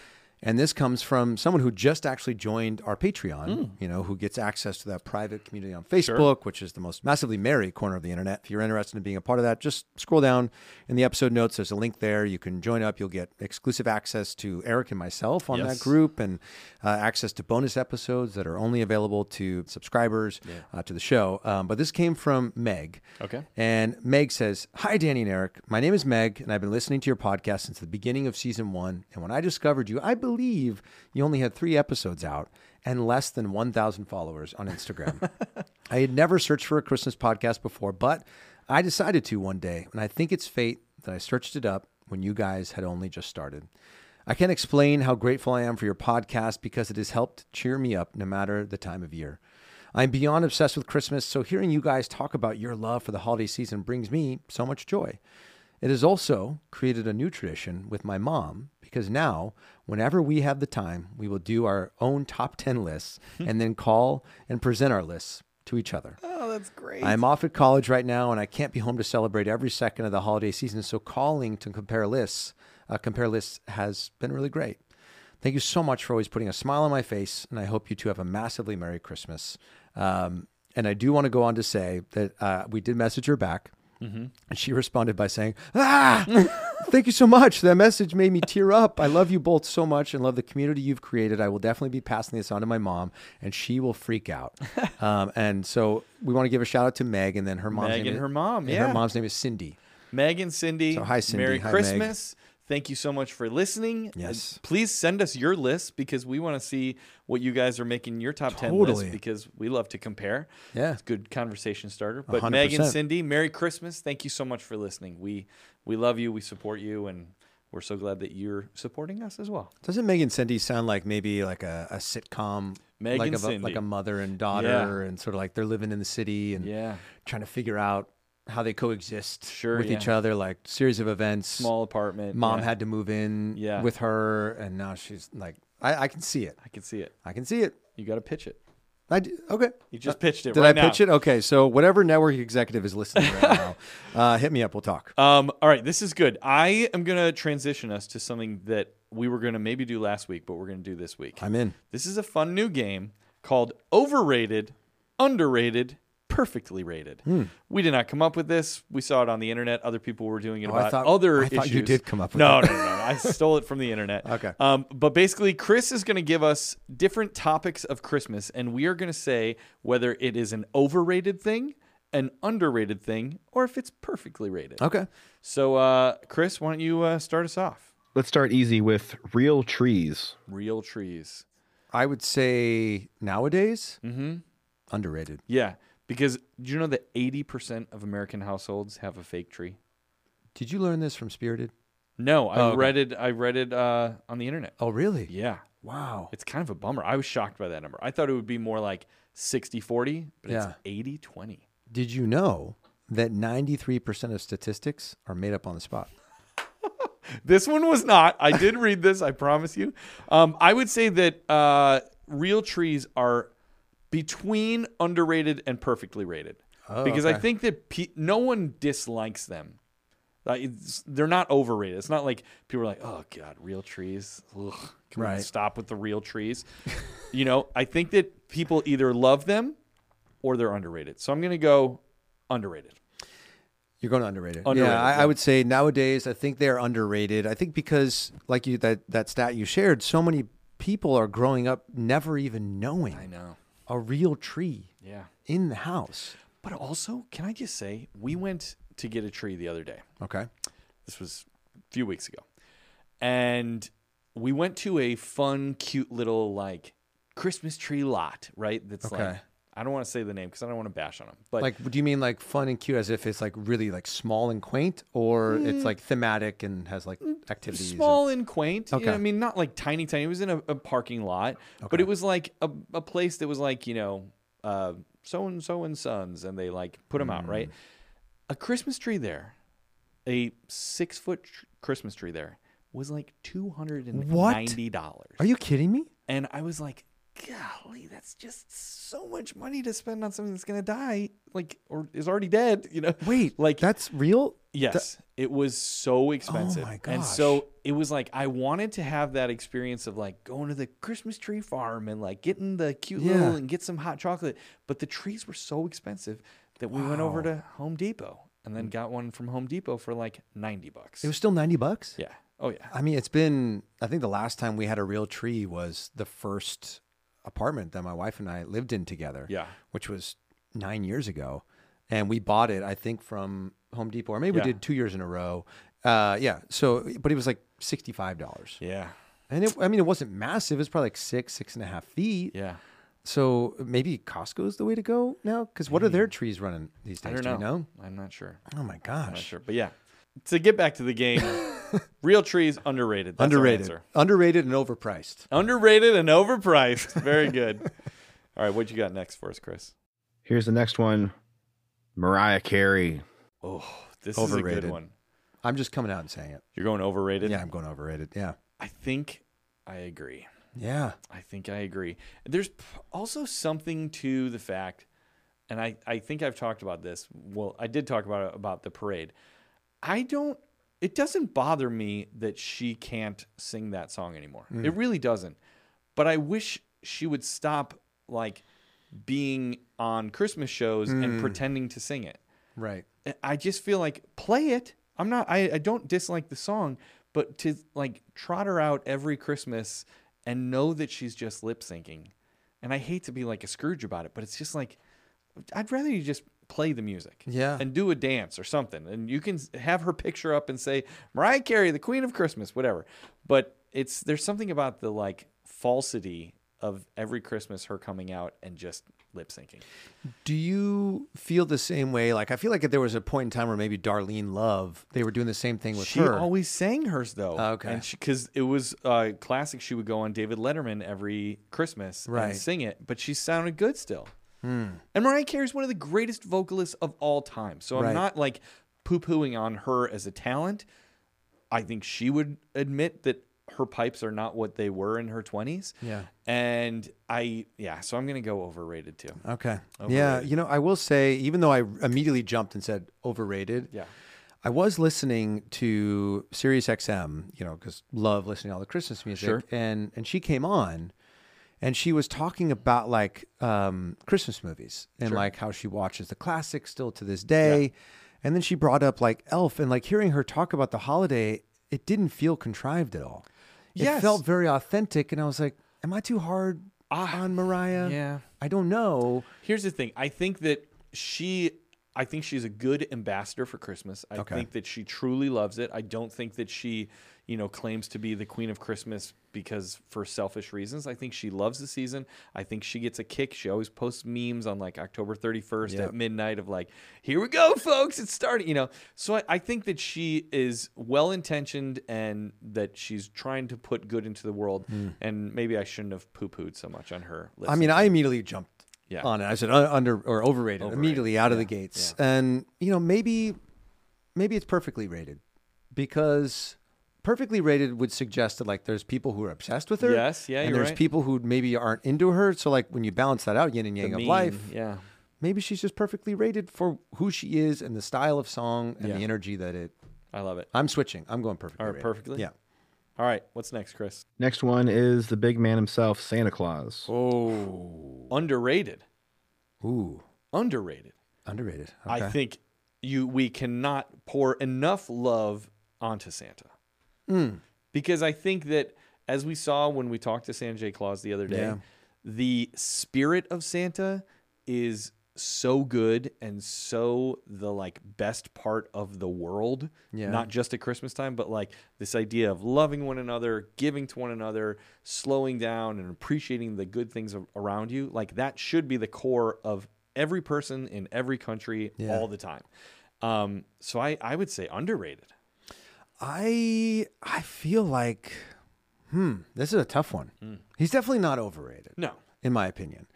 And this comes from someone who just actually joined our Patreon,
Hmm.
you know, who gets access to that private community on Facebook, which is the most massively merry corner of the internet. If you're interested in being a part of that, just scroll down in the episode notes. There's a link there. You can join up. You'll get exclusive access to Eric and myself on that
Yes.
group and uh, access to bonus episodes that are only available to subscribers uh, to the show. Um, but this came from Meg.
Okay.
And Meg says, Hi, Danny and Eric. My name is Meg, and I've been listening to your podcast since the beginning of season one. And when I discovered you, I believe you only had three episodes out and less than 1,000 followers on Instagram. I had never searched for a Christmas podcast before, but I decided to one day. And I think it's fate that I searched it up when you guys had only just started. I can't explain how grateful I am for your podcast because it has helped cheer me up no matter the time of year. I'm beyond obsessed with Christmas, so hearing you guys talk about your love for the holiday season brings me so much joy. It has also created a new tradition with my mom because now, whenever we have the time, we will do our own top 10 lists and then call and present our lists to each other.
Oh, that's great.
I'm off at college right now, and I can't be home to celebrate every second of the holiday season. So calling to compare lists, uh, compare lists has been really great. Thank you so much for always putting a smile on my face, and I hope you two have a massively merry Christmas. Um, and I do want to go on to say that uh, we did message her back, and she responded by saying, "Ah, thank you so much. That message made me tear up. I love you both so much, and love the community you've created. I will definitely be passing this on to my mom, and she will freak out." um, and so we want to give a shout out to Meg, and then her mom's
Meg
name
and
is-
her mom,
and
yeah.
her mom's name is Cindy.
Meg and Cindy.
So, hi, Cindy.
Merry
Hi, Meg.
Christmas. Thank you so much for listening. And
Yes.
please send us your list because we want to see what you guys are making your top 10
Totally.
list because we love to compare.
Yeah.
It's a good conversation starter. But
hundred
Meg and
percent.
Cindy, Merry Christmas. Thank you so much for listening. We we love you. We support you and we're so glad that you're supporting us as well.
Doesn't Meg and Cindy sound like maybe like a, a sitcom?
Meg
like
and
of a,
Cindy.
like a mother and daughter,
Yeah.
and sort of like they're living in the city and
Yeah.
trying to figure out how they coexist
Sure,
with
yeah.
each other. Like series of events.
Small apartment.
Mom
Yeah.
had to move in
Yeah.
with her, and now she's like, I, I can see it.
I can see it.
I can see it.
You got to pitch it.
I d- okay.
You just pitched it
Uh, Did
right
I
now.
pitch it? Okay, so whatever network executive is listening right now, uh, hit me up. We'll talk.
Um, all right, this is good. I am going to transition us to something that we were going to maybe do last week, but we're going to do this week.
I'm in.
This is a fun new game called Overrated, Underrated, Perfectly Rated.
Hmm.
We did not come up with this. We saw it on the internet. Other people were doing it
Oh, I
about
thought-
other
I thought you
issues.
did come up with
no, No, no, no. I stole it from the internet.
Okay.
Um, but basically, Chris is going to give us different topics of Christmas, and we are going to say whether it is an overrated thing, an underrated thing, or if it's perfectly rated.
Okay.
So, uh, Chris, why don't you uh, start us off?
Let's start easy with real trees.
Real trees.
I would say nowadays
Mm-hmm.
underrated.
Yeah, because do you know that 80% of American households have a fake tree?
Did you learn this from Spirited?
No, I
Oh, okay.
read it. I read it uh, on the internet.
Oh, really?
Yeah,
Wow.
it's kind of a bummer. I was shocked by that number. I thought it would be more like 60-40, but
Yeah.
it's 80-20.
Did you know that 93% of statistics are made up on the spot?
This one was not. I did read this. I promise you. Um, I would say that uh, real trees are between underrated and perfectly rated
Oh,
because I
okay.
think that pe- no one dislikes them. Like, it's- they're not overrated. It's not like people are like, oh god, real trees. Ugh, can we
Right.
stop with the real trees? you know, I think that people either love them or they're underrated. So I'm gonna go underrated.
You're going underrated.
Underrated,
yeah, I,
yeah.
I would say nowadays I think they are underrated. I think because like you that that stat you shared, so many people are growing up never even knowing
know.
a real tree
Yeah.
in the house.
But also, can I just say, we went to get a tree the other day.
Okay.
This was a few weeks ago. And we went to a fun, cute little like Christmas tree lot, right? That's like,
Okay.
I don't want to say the name because I don't want to bash on them. But
Like do you mean like fun and cute as if it's like really like small and quaint or it's like thematic and has like activities? and-
small and quaint. you know
Okay.
what I mean, not like tiny, tiny. It was in a, a parking lot, but it was like a, a place that was like, you know, uh, so and so and sons, and they like put them
Hmm.
out, right? A Christmas tree there, a six foot tr- Christmas tree there was like $290.
Are you kidding me?
And I was like, golly, that's just so much money to spend on something that's going to die, like, or is already dead, you know?
Wait,
like,
like that's real?
Yes, it was so expensive.
my
And
gosh.
so it was like I wanted to have that experience of like going to the Christmas tree farm and like getting the cute little
Yeah.
and get some hot chocolate, but the trees were so expensive that we went over to Home Depot and then got one from Home Depot for like 90 bucks.
Mm. It was still 90 bucks?
yeah. Oh yeah.
I mean, it's been. I think the last time we had a real tree was the first apartment that my wife and I lived in together.
Yeah.
which was nine years ago, and we bought it. I think from Home Depot, or maybe
Yeah.
we did two years in a row. Uh, yeah. So, but it was like sixty five dollars,
Yeah.
and it, I mean, it wasn't massive. It was probably like six, six and a half feet.
Yeah.
So maybe Costco's the way to go now. Because what are their trees running these
Mm. I
days?
don't
Do
know.
we know?
I'm not sure.
Oh my
I'm not
gosh.
sure. But yeah. To get back to the game, Real trees underrated. That's our
Underrated.
answer.
Underrated and overpriced.
Underrated and overpriced. Very good. All right, what you got next for us, Chris?
Here's the next one Mariah Carey.
Oh, this is a
Overrated.
good one.
I'm just coming out and saying it.
You're going overrated.
Yeah, I'm going overrated. Yeah.
I think I agree.
Yeah.
I think I agree. There's p- also something to the fact, and I, I think I've talked about this. Well, I did talk about it about the parade. I don't, it doesn't bother me that she can't sing that song anymore.
Mm.
It really doesn't. But I wish she would stop like being on Christmas shows
Mm.
and pretending to sing it.
Right.
I- I just feel like play it. I'm not. I, I don't dislike the song, but to like trot her out every Christmas and know that she's just lip syncing, and I hate to be like a Scrooge about it, but it's just like I'd rather you just play the music,
Yeah.
and do a dance or something, and you can s- have her picture up and say Mariah Carey, the Queen of Christmas, whatever. But it's there's something about the like falsity of every Christmas her coming out and just lip syncing.
Do you feel the same way? Like I feel like if there was a point in time where maybe Darlene Love, they were doing the same thing with
She
her. Ah,
always sang hers though.
Okay.
And because it was uh, classic, she would go on David Letterman every Christmas
Right. Hmm.
and sing it, but she sounded good still. And Mariah Carey is one of the greatest vocalists of all time. So
Right.
I'm not like poo pooing on her as a talent. I think she would admit that her pipes are not what they were in her 20s.
Yeah.
And I, yeah, so I'm going to go overrated too.
okay. Yeah. You know, I will say, even though I immediately jumped and said overrated,
Yeah.
I was listening to Sirius XM, you know, because love listening to all the Christmas music.
Sure.
And and she came on and she was talking about like um, Christmas movies and like how she watches the classics still to this day. And then she brought up like Elf and like hearing her talk about the holiday, it didn't feel contrived at all. It
Yes.
felt very authentic. And I was like, am I too hard on Mariah?
yeah.
I don't know.
Here's the thing. I think that she I think she's a good ambassador for Christmas. I think that she truly loves it. I don't think that she, you know, claims to be the queen of Christmas because for selfish reasons. I think she loves the season. I think she gets a kick. She always posts memes on like October 31st at midnight of like, here we go, folks, it's starting, you know. So I, I think that she is well intentioned and that she's trying to put good into the world. And maybe I shouldn't have poo pooed so much on her.
Hmm. I mean, I immediately jumped
Yeah.
on it. I said "Un- under or overrated, immediately out of the gates. And you know, maybe maybe it's perfectly rated because perfectly rated would suggest that like there's people who are obsessed with her.
Yes, yeah,
and
you're
there's
right.
people who maybe aren't into her. So like when you balance that out, yin and yang of
mean,
life,
Yeah.
maybe she's just perfectly rated for who she is and the style of song and
Yeah.
the energy that it.
I love it.
I'm switching. I'm going perfectly.
All right,
rated.
perfectly?
Yeah.
All right, what's next, Chris?
Next one is the big man himself, Santa Claus.
Oh, underrated.
Ooh,
Underrated.
underrated. Okay.
I think you we cannot pour enough love onto Santa. Because I think that as we saw when we talked to Santa J. Claus the other day,
Yeah.
the spirit of Santa is so good and so the like best part of the world.
Yeah.
Not just at Christmas time, but like this idea of loving one another, giving to one another, slowing down and appreciating the good things a- around you. Like that should be the core of every person in every country
Yeah.
all the time. Um, so I, I would say underrated.
I I feel like hmm, this is a tough one.
Hmm.
He's definitely not overrated.
No.
In my opinion.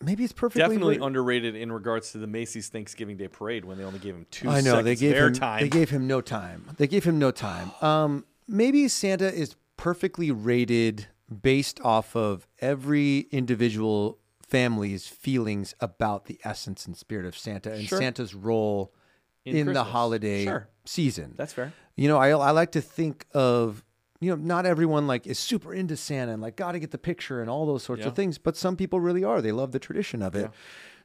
Maybe it's perfectly
Definitely
ra-
underrated in regards to the Macy's Thanksgiving Day Parade when they only gave him two
I know
seconds
they gave
of
him
airtime.
they gave him no time. They gave him no time. Um maybe Santa is perfectly rated based off of every individual family's feelings about the essence and spirit of Santa and
Sure.
Santa's role in,
In
the
Christmas.
holiday
Sure.
season.
That's fair.
You know, I I like to think of you know not everyone like is super into Santa and like got to get the picture and all those sorts
Yeah.
of things, but some people really are. They love the tradition of it.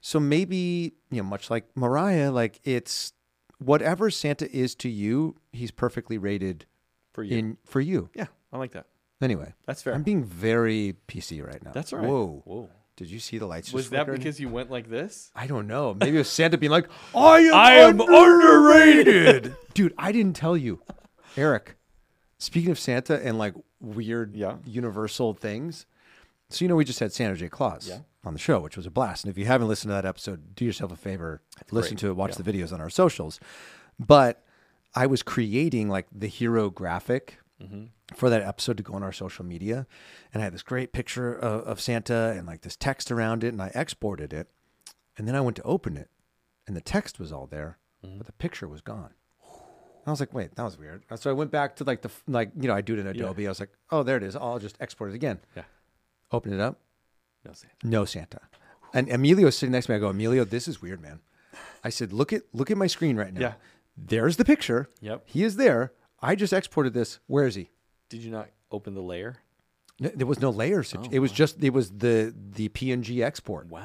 So maybe you know, much like Mariah, like it's whatever Santa is to you, he's perfectly rated
For you.
in for you.
Yeah, I like that.
Anyway,
That's fair.
I'm being very PC right now.
That's all right.
Whoa,
Whoa.
did you see the lights?
Was
just
that
flickering?
because you went like this?
I don't know. Maybe it was Santa being like, I am,
I am
underrated. Dude, I didn't tell you. Eric, speaking of Santa and like weird
Yeah.
universal things. So, you know, we just had Santa J. Claus on the show, which was a blast. And if you haven't listened to that episode, do yourself a favor, listen to it, watch the videos on our socials. But I was creating like the hero graphic for that episode to go on our social media, and I had this great picture of, of Santa and like this text around it, and I exported it, and then I went to open it, and the text was all there, but the picture was gone. And I was like, wait, that was weird. So I went back to like the f- like you know I do it in Adobe. I was like, oh, there it is. I'll just export it again.
Yeah.
Open it up.
No Santa.
No Santa. And Emilio's sitting next to me. I go, Emilio, this is weird, man. I said, look at look at my screen right now.
Yeah.
There's the picture.
Yep.
He is there. I just exported this. Where is he?
Did you not open the layer?
N- There was no layers.
Oh,
it was just it was the the PNG export.
Wow.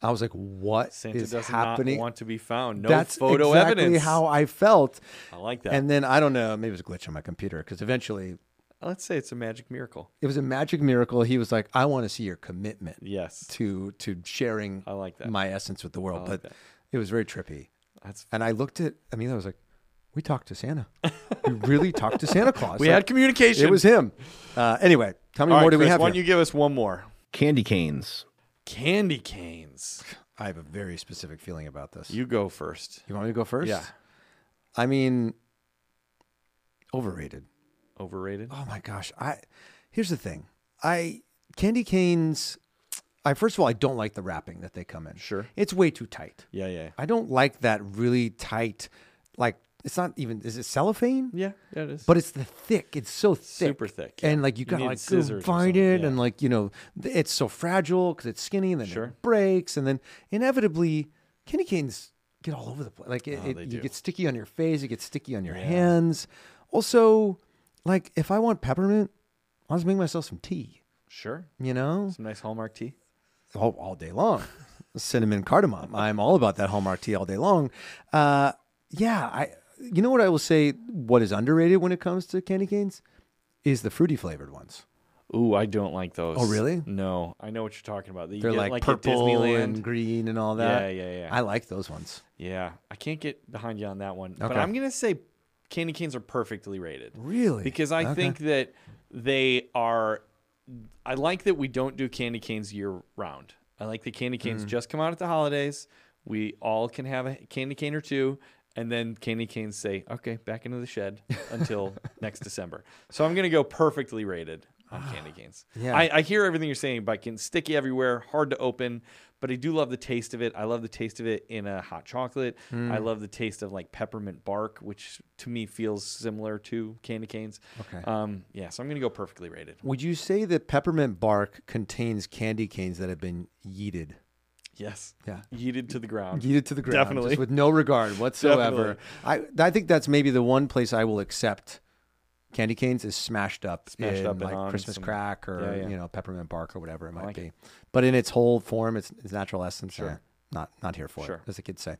I was like, what is
Santa does
happening?
not want to be found. No
That's
photo
exactly
evidence.
how I felt.
I like that.
And then I don't know, maybe it was a glitch on my computer because eventually
Let's say it's a magic miracle.
it was a magic miracle. He was like, I want to see your commitment
Yes.
to to sharing
I like that.
my essence with the world.
like
but
that.
it was very trippy.
That's
And I looked at Amelia. I was like, "We talked to Santa. we really talked to Santa Claus.
we
Like,
had communication.
it was him." Uh, anyway, how many
All right,
more do we
Chris,
have?
Why
Here?
don't you give us one more?
Candy canes.
Candy canes.
I have a very specific feeling about this. You,
You go first.
want me to go first?
Yeah.
I mean, overrated.
Overrated.
Oh my gosh. I here's the thing. I candy canes. I first of all, I don't like the wrapping that they come in.
Sure.
it's way too tight.
Yeah, yeah,
I don't like that really tight. Like it's not even. Is it cellophane?
yeah. Yeah, it is.
but it's the thick. It's so thick,
Super thick,
and like you gotta
need
like go
scissors or
find
something,
it,
yeah.
and like you know, th- it's so fragile because it's skinny, and then
Sure.
it breaks, and then inevitably, candy canes get all over the place. Like it, it-
Oh, they
you
do.
get sticky on your face, it gets sticky on your hands. Also, like if I want peppermint, I'll just make myself some tea.
sure.
You know,
Some nice Hallmark tea.
all, all day long. Cinnamon cardamom. I'm all about that Hallmark tea all day long. Uh, yeah, I. You know what I will say? What is underrated when it comes to candy canes is the fruity flavored ones.
Ooh, I don't like those.
Oh, really?
No, I know what you're talking about. You
They're
get,
like,
at
purple
Disneyland.
and green and all that.
Yeah, yeah, yeah.
I like those ones.
Yeah, I can't get behind you on that one. But
Okay.
I'm gonna say candy canes are perfectly rated.
Really?
Because I
Okay.
think that they are. I like that we don't do candy canes year round. I like the candy canes
Mm.
just come out at the holidays. We all can have a candy cane or two, and then candy canes say, "Okay, back into the shed until next December." So I'm gonna go perfectly rated on candy canes.
Ah, Yeah.
I, I hear everything you're saying about getting sticky everywhere, hard to open, but I do love the taste of it. I love the taste of it in a hot chocolate.
Mm.
I love the taste of like peppermint bark, which to me feels similar to candy canes.
Okay.
Um, yeah, so I'm gonna go perfectly rated.
Would you say that peppermint bark contains candy canes that have been yeeted?
Yes.
Yeah.
Yeeted to the ground.
yeeted to the ground,
Definitely.
just with no regard whatsoever. I I think that's maybe the one place I will accept candy canes is smashed up,
Smashed
in
up and
like
on
Christmas
some-
crack or
Yeah, yeah.
you know peppermint bark or whatever it might
like
be,
it.
but in its whole form, its, its natural essence, sure. not not here for
Sure.
it, as the kids say.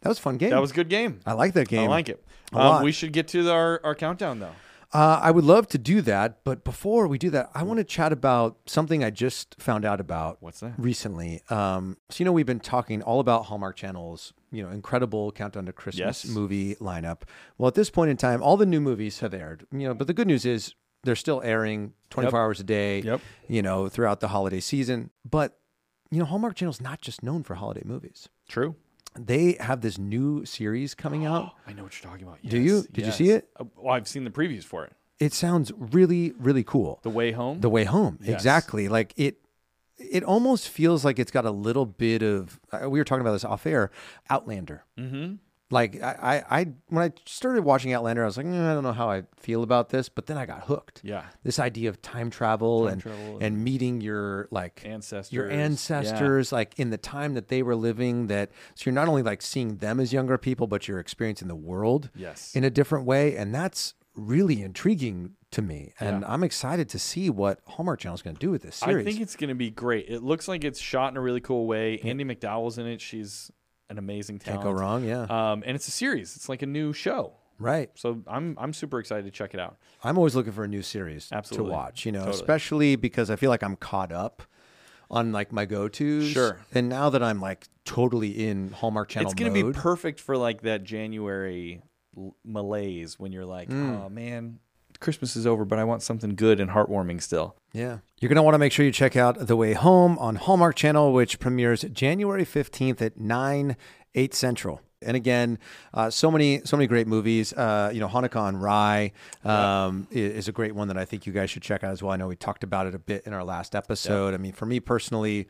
That was a fun game.
That was a good game.
I like that game.
I like it.
A
Um,
lot.
we should get to our, our countdown though.
Uh, I would love to do that, but before we do that, I want to chat about something I just found out about.
What's that?
Recently, um, so you know we've been talking all about Hallmark Channel's you know incredible Countdown to Christmas
Yes.
movie lineup. Well, at this point in time, all the new movies have aired. You know, but the good news is they're still airing 24 hours a day.
Yep.
You know, throughout the holiday season. But you know, Hallmark Channel's not just known for holiday movies.
True.
They have this new series coming out.
I know what you're talking about.
Do you?
Yes,
Did you
yes.
see it?
Uh, well, I've seen the previews for it.
It sounds really, really cool.
The Way Home.
The way home, exactly. Like it, it almost feels like it's got a little bit of. uh, We were talking about this off air. Outlander. Mm-hmm. Like I, I, I, when I started watching Outlander, I was like, "Mm, I don't know how I feel about this, but then I got hooked.
Yeah.
This idea of time travel and
travel
and, meeting your like your
Ancestors. Yeah.
ancestors, like in the time that they were living. That so you're not only like seeing them as younger people, but you're experiencing the world
Yes.
in a different way, and that's really intriguing to me. And I'm excited to see what Hallmark Channel is going to do with this series.
I think it's going to be great. It looks like it's shot in a really cool way. Andy McDowell's in it. She's an amazing
can't
talent.
go wrong. Yeah,
Um, and it's a series. It's like a new show.
right.
So I'm I'm super excited to check it out.
I'm always looking for a new series
Absolutely.
to watch. You know,
Totally.
especially because I feel like I'm caught up on like my go tos.
Sure.
And now that I'm like totally in Hallmark Channel,
it's going to be
mode,
perfect for like that January l- malaise when you're like, oh man, Christmas is over, but I want something good and heartwarming still.
Yeah. You're going to want to make sure you check out The Way Home on Hallmark Channel, which premieres January 15th at 9, 8 central. And again, uh, so many so many great movies. Uh, you know, Hanukkah on Rye um, i- is a great one that I think you guys should check out as well. I know we talked about it a bit in our last episode. I mean, for me personally,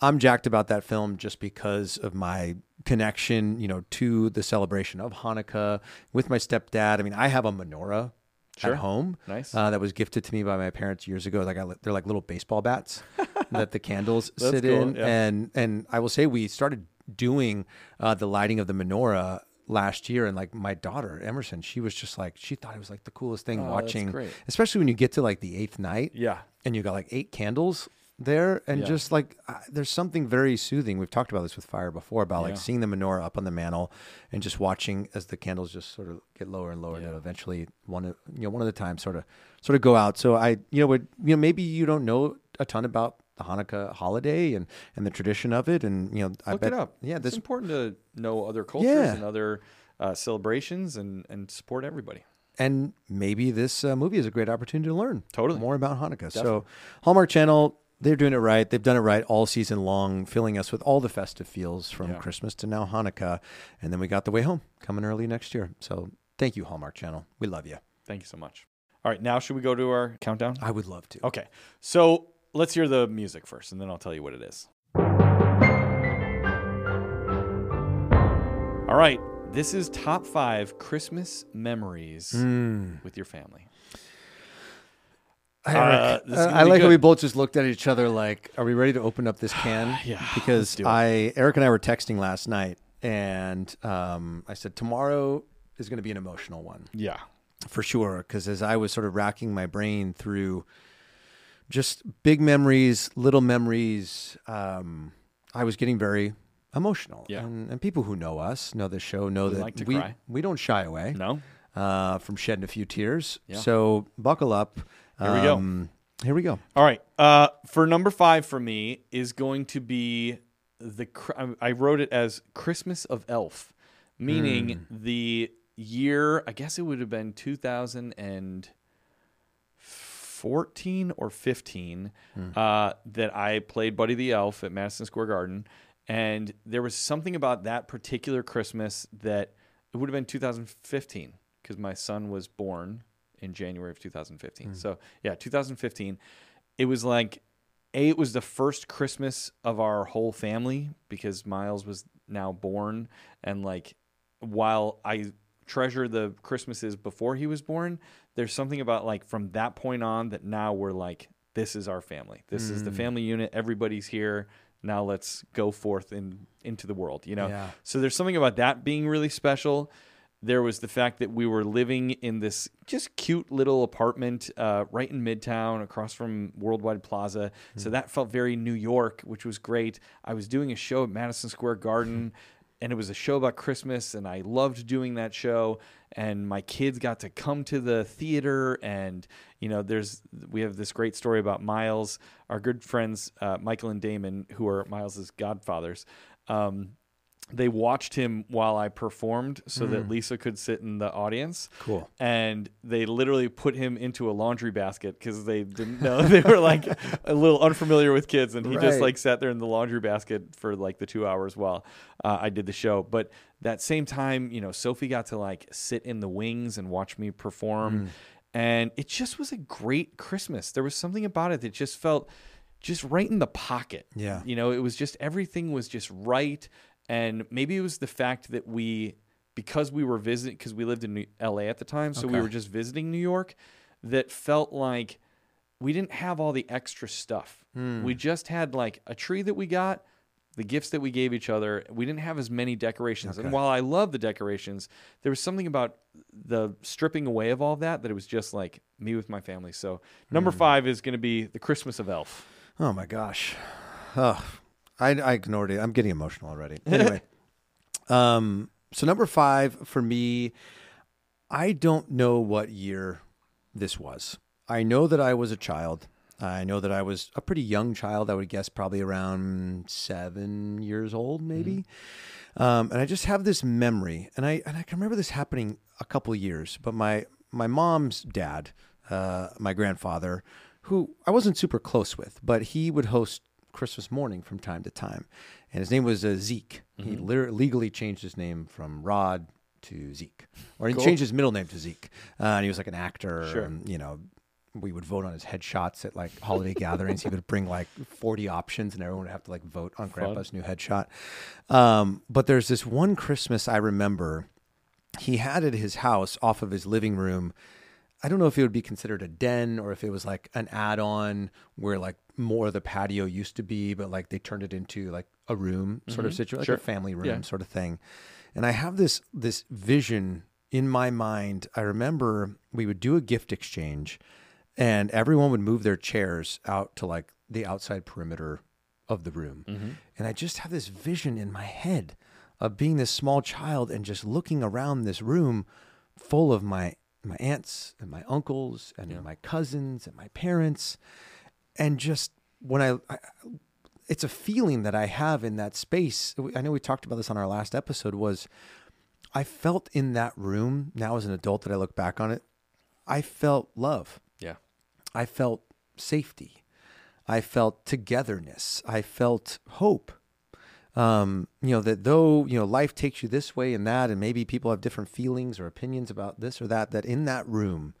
I'm jacked about that film just because of my connection, you know, to the celebration of Hanukkah with my stepdad. I mean, I have a menorah at home.
Nice.
Uh, that was gifted to me by my parents years ago. Like I, they're like little baseball bats that the candles sit
cool,
in.
yeah.
And and I will say we started doing uh, the lighting of the menorah last year and like my daughter Emerson she was just like she thought it was like the coolest thing watching
Oh, great.
especially when you get to like the eighth night
Yeah.
and you got like eight candles there and just like I, there's something very soothing we've talked about this with fire before about like seeing the menorah up on the mantle and just watching as the candles just sort of get lower and lower and then eventually one at- you know one at a time sort of sort of go out so i you know would you know maybe you don't know a ton about the hanukkah holiday and and the tradition of it and you know i
Look
bet
it up.
yeah
it's
this
important to know other cultures
Yeah.
and other uh, celebrations and and support everybody.
and maybe this uh, movie is a great opportunity to learn
Totally.
more about Hanukkah. So Hallmark Channel, they're doing it right. They've done it right all season long, filling us with all the festive feels from Christmas to now Hanukkah, and then we got the way home coming early next year. So thank you Hallmark Channel. We love you.
Thank you so much. All right, now should we go to our countdown?
I would love to.
Okay, so let's hear the music first, and then I'll tell you what it is. All right, this is top five Christmas memories with your family. Uh, this is
Uh,
gonna
I
be
like how
good.
we both just looked at each other like, are we ready to open up this can?
Yeah, let's
Because
do it.
I, Eric and I were texting last night, and um, I said, tomorrow is going to be an emotional one.
Yeah,
for sure because as i was sort of racking my brain through just big memories little memories um, i was getting very emotional
Yeah.
and, and people who know us know this show know that
like to
we,
cry.
we don't shy away
no,
uh, from shedding a few tears so buckle up Um,
here we go.
here we go
All right. Uh, for number five for me is going to be the. cr- I- I wrote it as Christmas of Elf, meaning the year. I guess it would have been 2014 or 15 uh, that I played Buddy the Elf at Madison Square Garden, and there was something about that particular Christmas that it would have been 2015 because my son was born in January of 2015. So yeah, 2015. It was like a. It was the first Christmas of our whole family because Miles was now born, and like while I treasure the Christmases before he was born, there's something about like from that point on that now we're like this is our family. This is the family unit. Everybody's here. Now let's go forth in into the world. You know.
Yeah.
So there's something about that being really special. There was the fact that we were living in this just cute little apartment uh, right in Midtown across from Worldwide Plaza. So that felt very New York, which was great. I was doing a show at Madison Square Garden and it was a show about Christmas, and I loved doing that show. And my kids got to come to the theater, and you know, there's we have this great story about Miles, our good friends uh, Michael and Damon, who are Miles's godfathers. Um, they watched him while I performed so that Lisa could sit in the audience.
Hmm. Cool.
And they literally put him into a laundry basket because they didn't know. they were like a little unfamiliar with kids. And he just
Right.
like sat there in the laundry basket for like the two hours while uh, I did the show. But that same time, you know, Sophie got to like sit in the wings and watch me
Hmm.
perform. And it just was a great Christmas. There was something about it that just felt just right in the pocket.
Yeah.
You know, it was just everything was just right. And maybe it was the fact that we, because we were visiting, because we lived in New- LA at the time, so we were just visiting New York, that felt like we didn't have all the extra stuff. We just had like a tree that we got, the gifts that we gave each other. We didn't have as many decorations. And while I love the decorations, there was something about the stripping away of all that that it was just like me with my family. So number five is going to be the Christmas of Elf.
oh my gosh Ugh. I, I ignored it i'm getting emotional already anyway um, so number five for me I don't know what year this was. I know that I was a child. I know that I was a pretty young child. I would guess probably around seven years old, maybe. Um, and I just have this memory, and I and I can remember this happening a couple years. But my my mom's dad, uh, my grandfather, who I wasn't super close with, but he would host Christmas morning from time to time. And his name was uh, Zeke. He liter- legally changed his name from Rod to Zeke, or he changed his middle name to Zeke. Uh, and he was like an actor, and, you know. We would vote on his headshots at like holiday gatherings. He would bring like 40 options and everyone would have to like vote on Grandpa's new headshot. Um, but there's this one Christmas I remember he had at his house off of his living room. I don't know if it would be considered a den or if it was like an add on where like more of the patio used to be, but like they turned it into like a room sort of situation, like a family room sort of thing. And I have this this vision in my mind. I remember we would do a gift exchange and everyone would move their chairs out to like the outside perimeter of the room. And I just have this vision in my head of being this small child and just looking around this room full of my my aunts and my uncles and my cousins and my parents and just when I, I it's a feeling that I have in that space. I know we talked about this on our last episode was I felt in that room now as an adult that I look back on it, I felt love.
Yeah.
I felt safety. I felt togetherness. I felt hope. Um, you know, that though, you know, life takes you this way and that, and maybe people have different feelings or opinions about this or that, that in that room,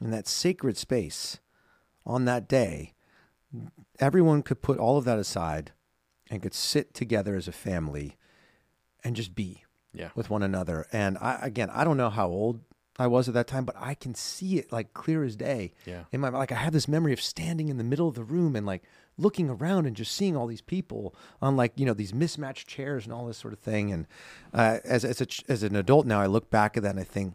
in that sacred space on that day, everyone could put all of that aside and could sit together as a family and just be
Yeah.
with one another. And I, again, I don't know how old I was at that time, but I can see it like clear as day.
Yeah.
In my like, I have this memory of standing in the middle of the room and like looking around and just seeing all these people on like you know these mismatched chairs and all this sort of thing. And uh, as as a, ch- as an adult now, I look back at that and I think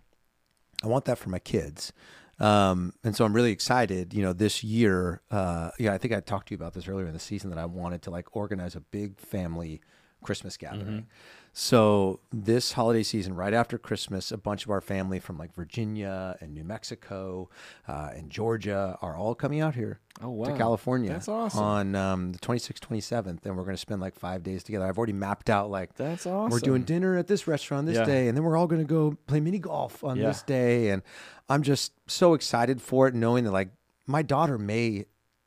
I want that for my kids. Um, and so I'm really excited, you know, this year, uh, yeah, I think I talked to you about this earlier in the season that I wanted to like organize a big family Christmas gathering.
Mm-hmm.
So this holiday season, right after Christmas, a bunch of our family from like Virginia and New Mexico, uh, and Georgia are all coming out here
Oh,
to
wow.
California
That's awesome.
on, um, the 26th, 27th. And we're going to spend like five days together. I've already mapped out like,
That's awesome.
we're doing dinner at this restaurant this
Yeah.
day, and then we're all going to go play mini golf on
Yeah.
this day. And I'm just so excited for it, knowing that like my daughter may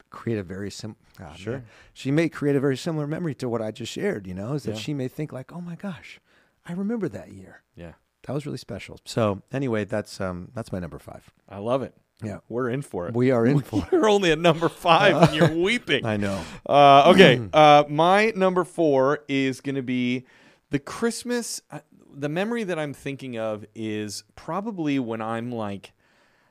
create a very sim. ah, man. she may create a very similar memory to what I just shared. You know, is that she may think like, "Oh my gosh, I remember that year.
Yeah.
That was really special." So anyway, that's um that's my number five.
I love it.
Yeah.
We're in for it.
We are in for.
You're only at number five and you're weeping.
I know.
Uh, okay. uh, my number four is going to be the Christmas. Uh, the memory that I'm thinking of is probably when I'm like,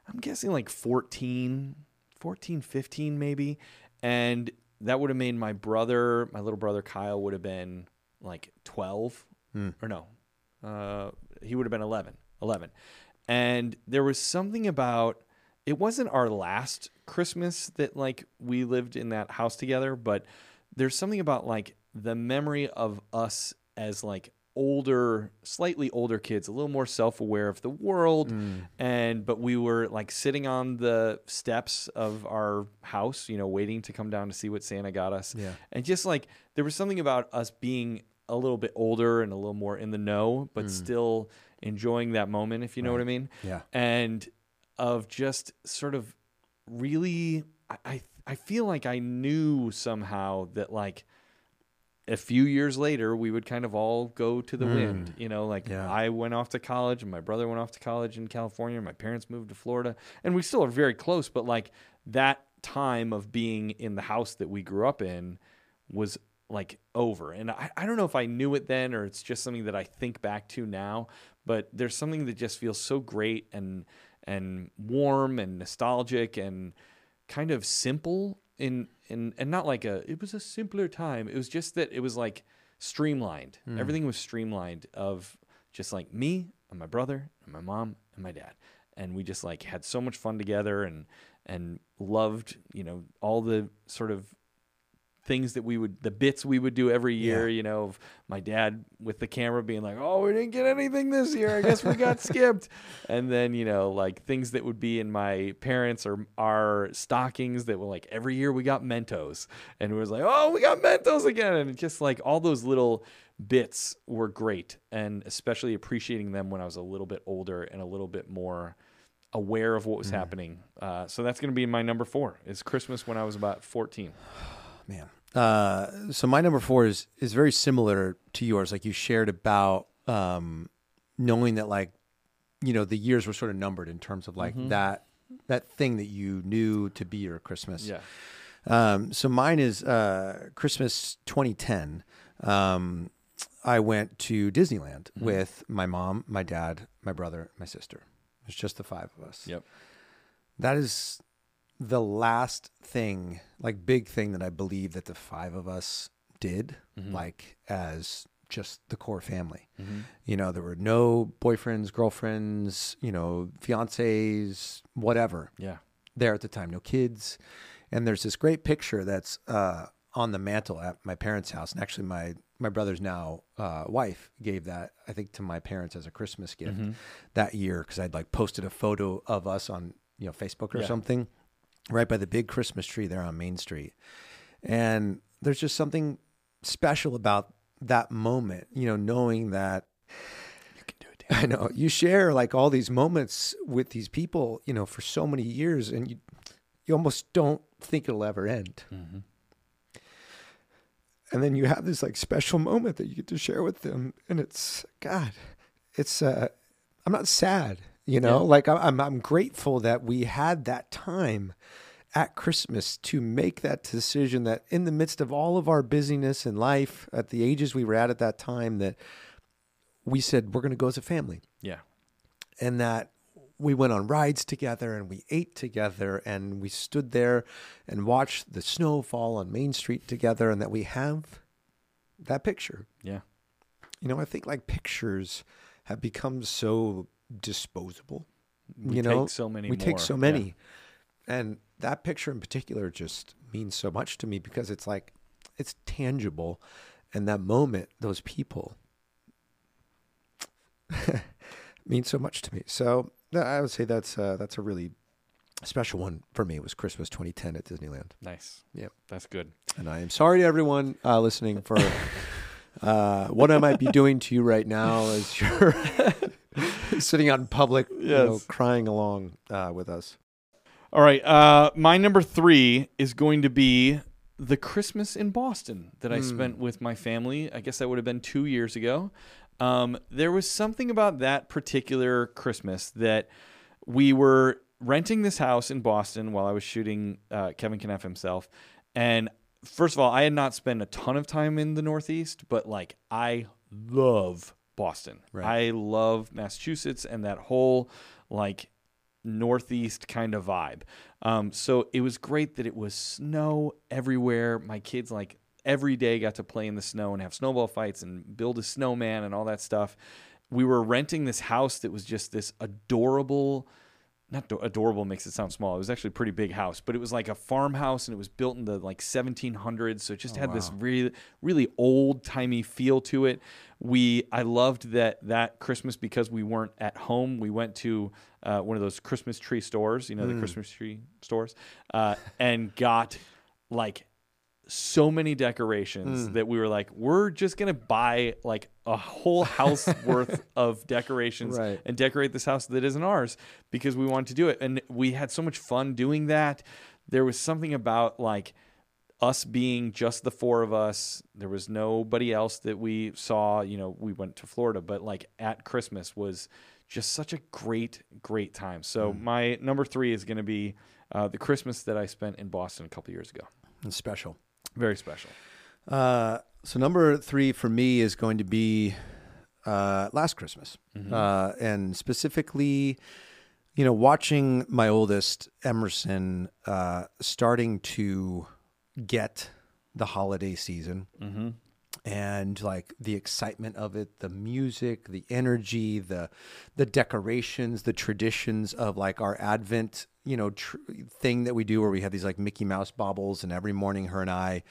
I'm guessing like 14, 14, 15 maybe. And that would have made my brother, my little brother Kyle, would have been like 12 or no, uh, he would have been 11 11 and there was something about it wasn't our last christmas that like we lived in that house together but there's something about like the memory of us as like older slightly older kids a little more self-aware of the world
Mm.
and but we were like sitting on the steps of our house you know waiting to come down to see what santa got us
Yeah.
and just like there was something about us being a little bit older and a little more in the know, but still enjoying that moment, if you know what I mean.
Mm. Yeah.
And of just sort of really, I, I, I feel like I knew somehow that like a few years later we would kind of all go to the wind, you know, like
Yeah.
I went off to college and my brother went off to college in California. My parents moved to Florida and we still are very close, but like that time of being in the house that we grew up in was like over. And I, I don't know if I knew it then or it's just something that I think back to now, but there's something that just feels so great and and warm and nostalgic and kind of simple in in and not like a it was a simpler time. It was just that it was like streamlined. Everything was streamlined of just like me and my brother and my mom and my dad. And we just like had so much fun together and and loved, you know, all the sort of things that we would the bits we would do every year you know of my dad with the camera being like oh we didn't get anything this year i guess we got skipped and then you know like things that would be in my parents or our stockings that were like every year we got mentos and it was like oh we got mentos again and it just like all those little bits were great and especially appreciating them when i was a little bit older and a little bit more aware of what was happening uh, so that's going to be my number four is christmas when i was about 14
Man, Uh, so my number four is is very similar to yours. Like you shared about um, knowing that like you know the years were sort of numbered in terms of like that that thing that you knew to be your Christmas.
Yeah.
Um, so mine is uh, Christmas 2010. Um, I went to Disneyland with my mom, my dad, my brother, my sister. It was just the five of us.
Yep.
That is the last thing, like big thing that I believe that the five of us did, like as just the core family. You know, there were no boyfriends, girlfriends, you know, fiancés, whatever
Yeah.
there at the time, no kids. And there's this great picture that's uh, on the mantle at my parents' house. And actually, my my brother's now uh, wife gave that I think to my parents as a Christmas gift that year because I'd like posted a photo of us on you know Facebook or something, right by the big Christmas tree there on Main Street. And there's just something special about that moment, you know, knowing that I know you share like all these moments with these people, you know, for so many years, and you you almost don't think it'll ever end. And then you have this like special moment that you get to share with them, and it's God, it's uh, I'm not sad, you know, like I- I'm I'm grateful that we had that time at Christmas to make that decision that in the midst of all of our busyness in life at the ages we were at at that time that we said we're going to go as a family
Yeah.
and that we went on rides together and we ate together and we stood there and watched the snow fall on Main Street together and that we have that picture.
Yeah.
You know, I think like pictures have become so disposable.
We
you know,
take so many
We
more,
take so
yeah.
many. And that picture in particular just means so much to me because it's like it's tangible and that moment, those people means so much to me. So th- I would say that's uh, that's a really special one for me. It was Christmas 2010 at Disneyland,
Nice.
Yep.
That's good.
and I am sorry to everyone uh, listening for uh, what I might be doing to you right now as you're sitting out in public, you know,
Yes.
crying along uh, with us.
All right. Uh, my number three is going to be the Christmas in Boston that I spent with my family. I guess that would have been two years ago. Um, there was something about that particular Christmas that we were renting this house in Boston while I was shooting uh, Kevin Kneff himself. And first of all, I had not spent a ton of time in the Northeast, but like I love Boston. I love Massachusetts and that whole like northeast kind of vibe. Um, so it was great that it was snow everywhere. My kids like every day got to play in the snow and have snowball fights and build a snowman and all that stuff. We were renting this house that was just this adorable not do- adorable makes it sound small. It was actually a pretty big house, but it was like a farmhouse and it was built in the like 1700s, so it just had this really really old-timey feel to it. We I loved that that Christmas because we weren't at home. We went to uh, one of those Christmas tree stores, you know, the Christmas tree stores, uh, and got like so many decorations that we were like, we're just gonna buy like a whole house worth of decorations
Right.
and decorate this house that isn't ours because we wanted to do it. And we had so much fun doing that. There was something about like us being just the four of us. There was nobody else that we saw. You know, we went to Florida, but like at Christmas was just such a great, great time. So my number three is gonna be uh, the Christmas that I spent in Boston a couple years ago.
It's special.
Very special.
Uh, so number three for me is going to be uh, last Christmas, uh, and specifically, you know, watching my oldest Emerson uh, starting to get the holiday season and like the excitement of it, the music, the energy, the the decorations, the traditions of like our Advent, you know, tr- thing that we do where we have these like Mickey Mouse baubles, and every morning her and I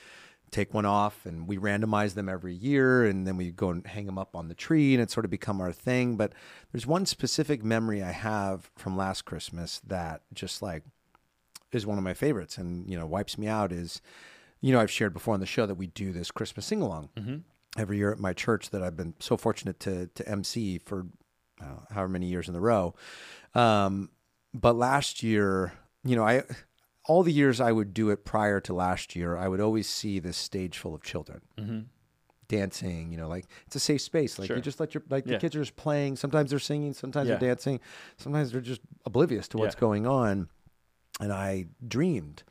take one off, and we randomize them every year, and then we go and hang them up on the tree, and it's sort of become our thing. But there's one specific memory I have from last Christmas that just like is one of my favorites and you know wipes me out is you know i've shared before on the show that we do this christmas sing-along
Mm-hmm.
every year at my church that i've been so fortunate to to mc for uh, however many years in a row um, but last year you know i all the years I would do it prior to last year, I would always see this stage full of children dancing. You know, like it's a safe space. Like
Mm-hmm. Sure.
you just let your like
Yeah.
the kids are just playing. Sometimes they're singing. Sometimes
Yeah.
they're dancing. Sometimes they're just oblivious to what's
Yeah.
going on. And I dreamed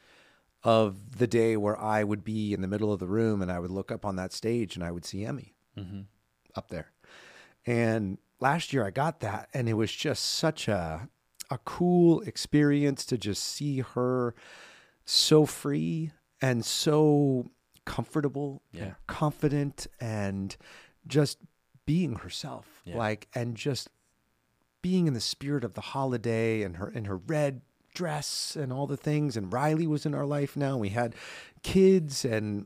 of the day where I would be in the middle of the room and I would look up on that stage and I would see Emmy up there. And last year I got that, and it was just such a a cool experience to just see her so free and so comfortable,
Yeah.
confident, and just being herself, like and just being in the spirit of the holiday and her in her red dress and all the things and Riley was in our life now we had kids and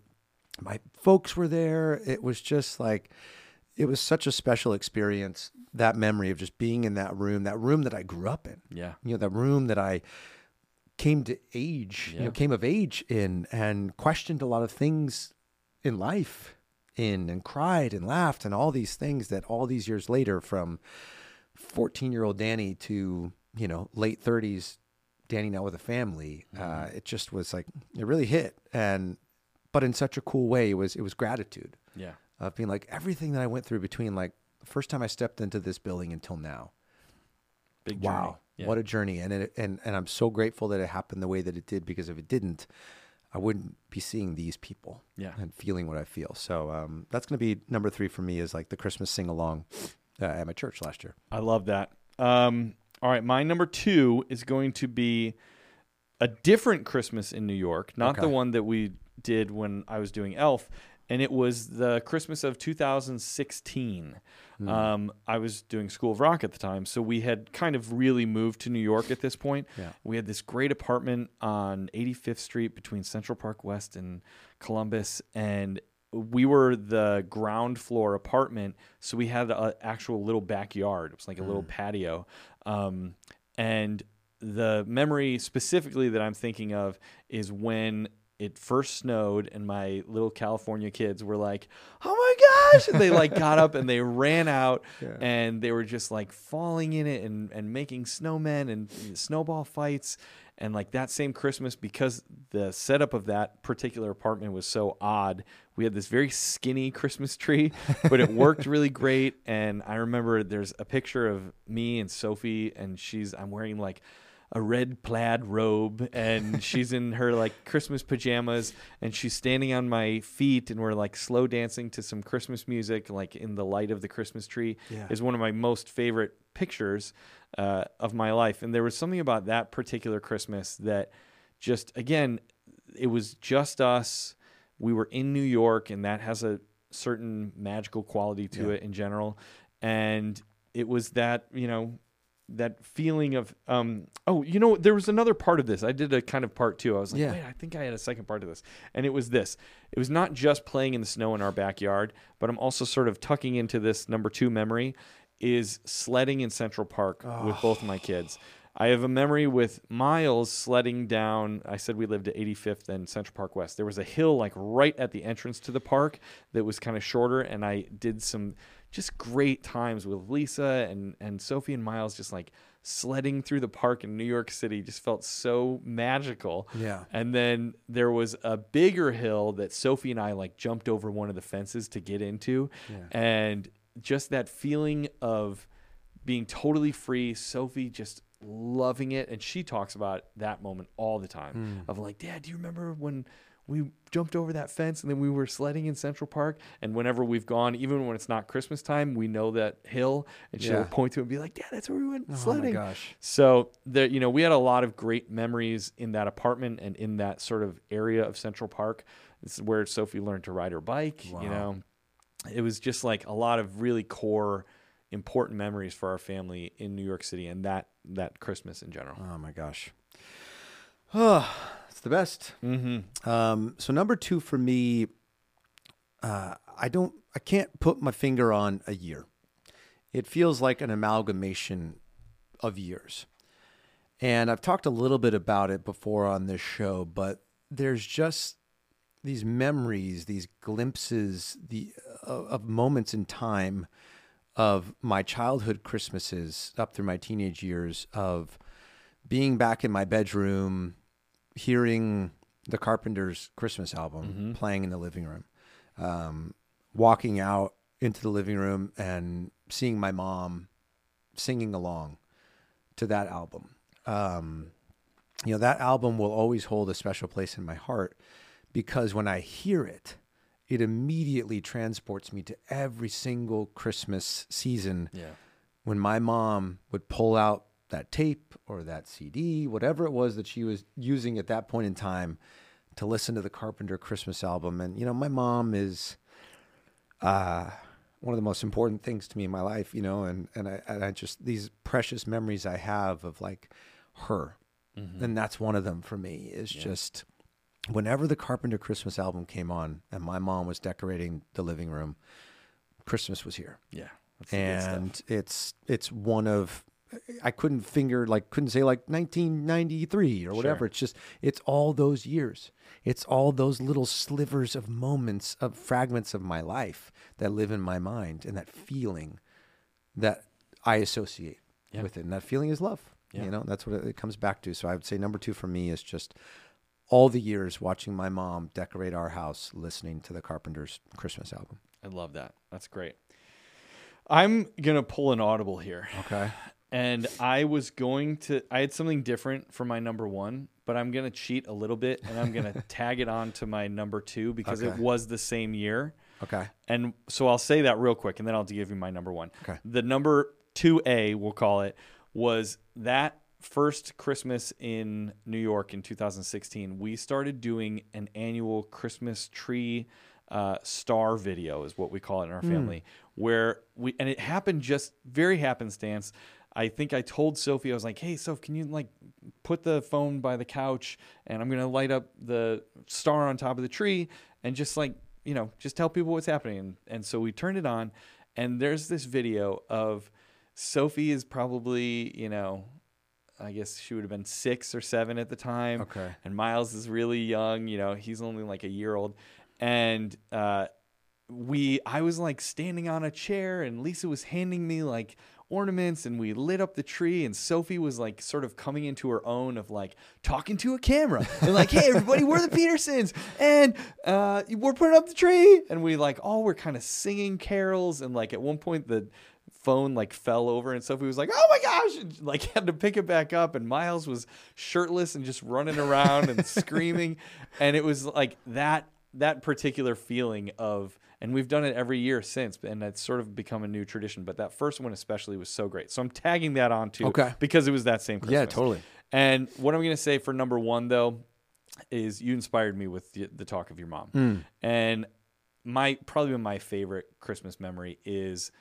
my folks were there it was just like it was such a special experience that memory of just being in that room that room that I grew up in
Yeah.
you know that room that I came to age you know came of age in and questioned a lot of things in life in and cried and laughed and all these things that all these years later from 14 year old Danny to, you know, late 30s Danny now with a family, uh, it just was like, it really hit. And, but in such a cool way, it was, it was gratitude
Yeah.
of being like everything that I went through between like the first time I stepped into this building until now.
Big
Wow. What a journey. And, it, and, and I'm so grateful that it happened the way that it did because if it didn't, I wouldn't be seeing these people
Yeah.
and feeling what I feel. So um, that's going to be number three for me is like the Christmas sing along uh, at my church last year.
I love that. Um, all right, my number two is going to be a different Christmas in New York, not the
Okay.
one that we did when I was doing Elf, and it was the Christmas of 2016.
Hmm.
Um, I was doing School of Rock at the time, so we had kind of really moved to New York at this point.
Yeah.
We had this great apartment on 85th Street between Central Park West and Columbus, and we were the ground floor apartment, so we had an actual little backyard. It was like a
Hmm.
little patio, um, and the memory specifically that I'm thinking of is when it first snowed and my little California kids were like, "Oh my gosh!" And they like got up and they ran out and they were just like falling in it and and making snowmen and snowball fights and like that same Christmas because the setup of that particular apartment was so odd. We had this very skinny Christmas tree, but it worked really great and I remember there's a picture of me and Sophie and she's I'm wearing like a red plaid robe and she's in her like Christmas pajamas and she's standing on my feet and we're like slow dancing to some Christmas music like in the light of the Christmas tree is one of my most favorite pictures uh, of my life and there was something about that particular Christmas that just again it was just us we were in New York and that has a certain magical quality to it in general and it was that you know that feeling of um oh you know there was another part of this i did a kind of part two i was like
Yeah.
wait i think i had a second part to this and it was this it was not just playing in the snow in our backyard but i'm also sort of tucking into this number two memory is sledding in central park with both my kids i have a memory with miles sledding down i said we lived at 85th and central park west there was a hill like right at the entrance to the park that was kind of shorter and i did some just great times with Lisa and and Sophie and Miles just like sledding through the park in New York City just felt so magical.
Yeah.
And then there was a bigger hill that Sophie and I like jumped over one of the fences to get into and just that feeling of being totally free, Sophie just loving it and she talks about that moment all the time
Hmm.
of like, "Dad, do you remember when we jumped over that fence and then we were sledding in Central Park. And whenever we've gone, even when it's not Christmas time, we know that hill. And she'll
Yeah.
point to it and be like, Dad, that's where we went
Oh my
sledding.
gosh.
So there, you know, we had a lot of great memories in that apartment and in that sort of area of Central Park. This is where Sophie learned to ride her bike. You know, it was just like a lot of really core, important memories for our family in New York City and that that Christmas in general.
Oh my gosh. Oh, it's the best. Mm-hmm. Um, so number two for me, uh, I don't, I can't put my finger on a year. It feels like an amalgamation of years. And I've talked a little bit about it before on this show, but there's just these memories, these glimpses, the of, of moments in time of my childhood Christmases up through my teenage years of being back in my bedroom, hearing the Carpenters' Christmas album playing in the living room, um, walking out into the living room and seeing my mom singing along to that album. Um, you know, that album will always hold a special place in my heart because when I hear it, it immediately transports me to every single Christmas season
Yeah.
when my mom would pull out that tape or that CD, whatever it was that she was using at that point in time to listen to the Carpenter Christmas album. And, you know, my mom is uh, one of the most important things to me in my life, you know, and and I, and I just these precious memories I have of like her, and that's one of them for me. Is just whenever the Carpenter Christmas album came on, and my mom was decorating the living room, Christmas was here,
Yeah. That's the good stuff.
and it's it's one of I couldn't finger like couldn't say like 1993 or whatever. It's just it's all those years. It's all those little slivers of moments of fragments of my life that live in my mind and that feeling that I associate with it. And that feeling is love. You know, that's what it, it comes back to. So I would say number 2 for me is just all the years watching my mom decorate our house listening to the Carpenters Christmas album.
I love that. That's great. I'm gonna pull an audible here.
Okay.
and I was going to I had something different for my number 1, but I'm going to cheat a little bit and I'm going to tag it on to my number 2 because it
Okay.
was the same year.
Okay.
And so I'll say that real quick and then I'll give you my number 1.
Okay.
The number 2A we'll call it was that first Christmas in New York in 2016 we started doing an annual Christmas tree uh, star video is what we call it in our family where we and it happened just very happenstance I think I told Sophie, I was like, hey, Soph, can you like put the phone by the couch and I'm going to light up the star on top of the tree and just like, you know, just tell people what's happening. And, and so we turned it on and there's this video of Sophie is probably, you know, I guess she would have been six or seven at the time.
Okay.
And Miles is really young, you know, he's only like a year old. And, uh, we I was like standing on a chair and Lisa was handing me like ornaments and we lit up the tree and Sophie was like sort of coming into her own of like talking to a camera and like hey everybody we're the Petersons and uh we're putting up the tree and we like all were kind of singing carols and like at one point the phone like fell over and Sophie was like, "Oh my gosh!" and like had to pick it back up and Miles was shirtless and just running around and screaming and it was like that that particular feeling of and we've done it every year since and it's sort of become a new tradition but that first one especially was so great. So I'm tagging that on too
Okay.
because it was that same Christmas.
Yeah, totally.
And what I'm going to say for number 1 though is you inspired me with the, the talk of your mom.
Hmm.
And my probably my favorite Christmas memory is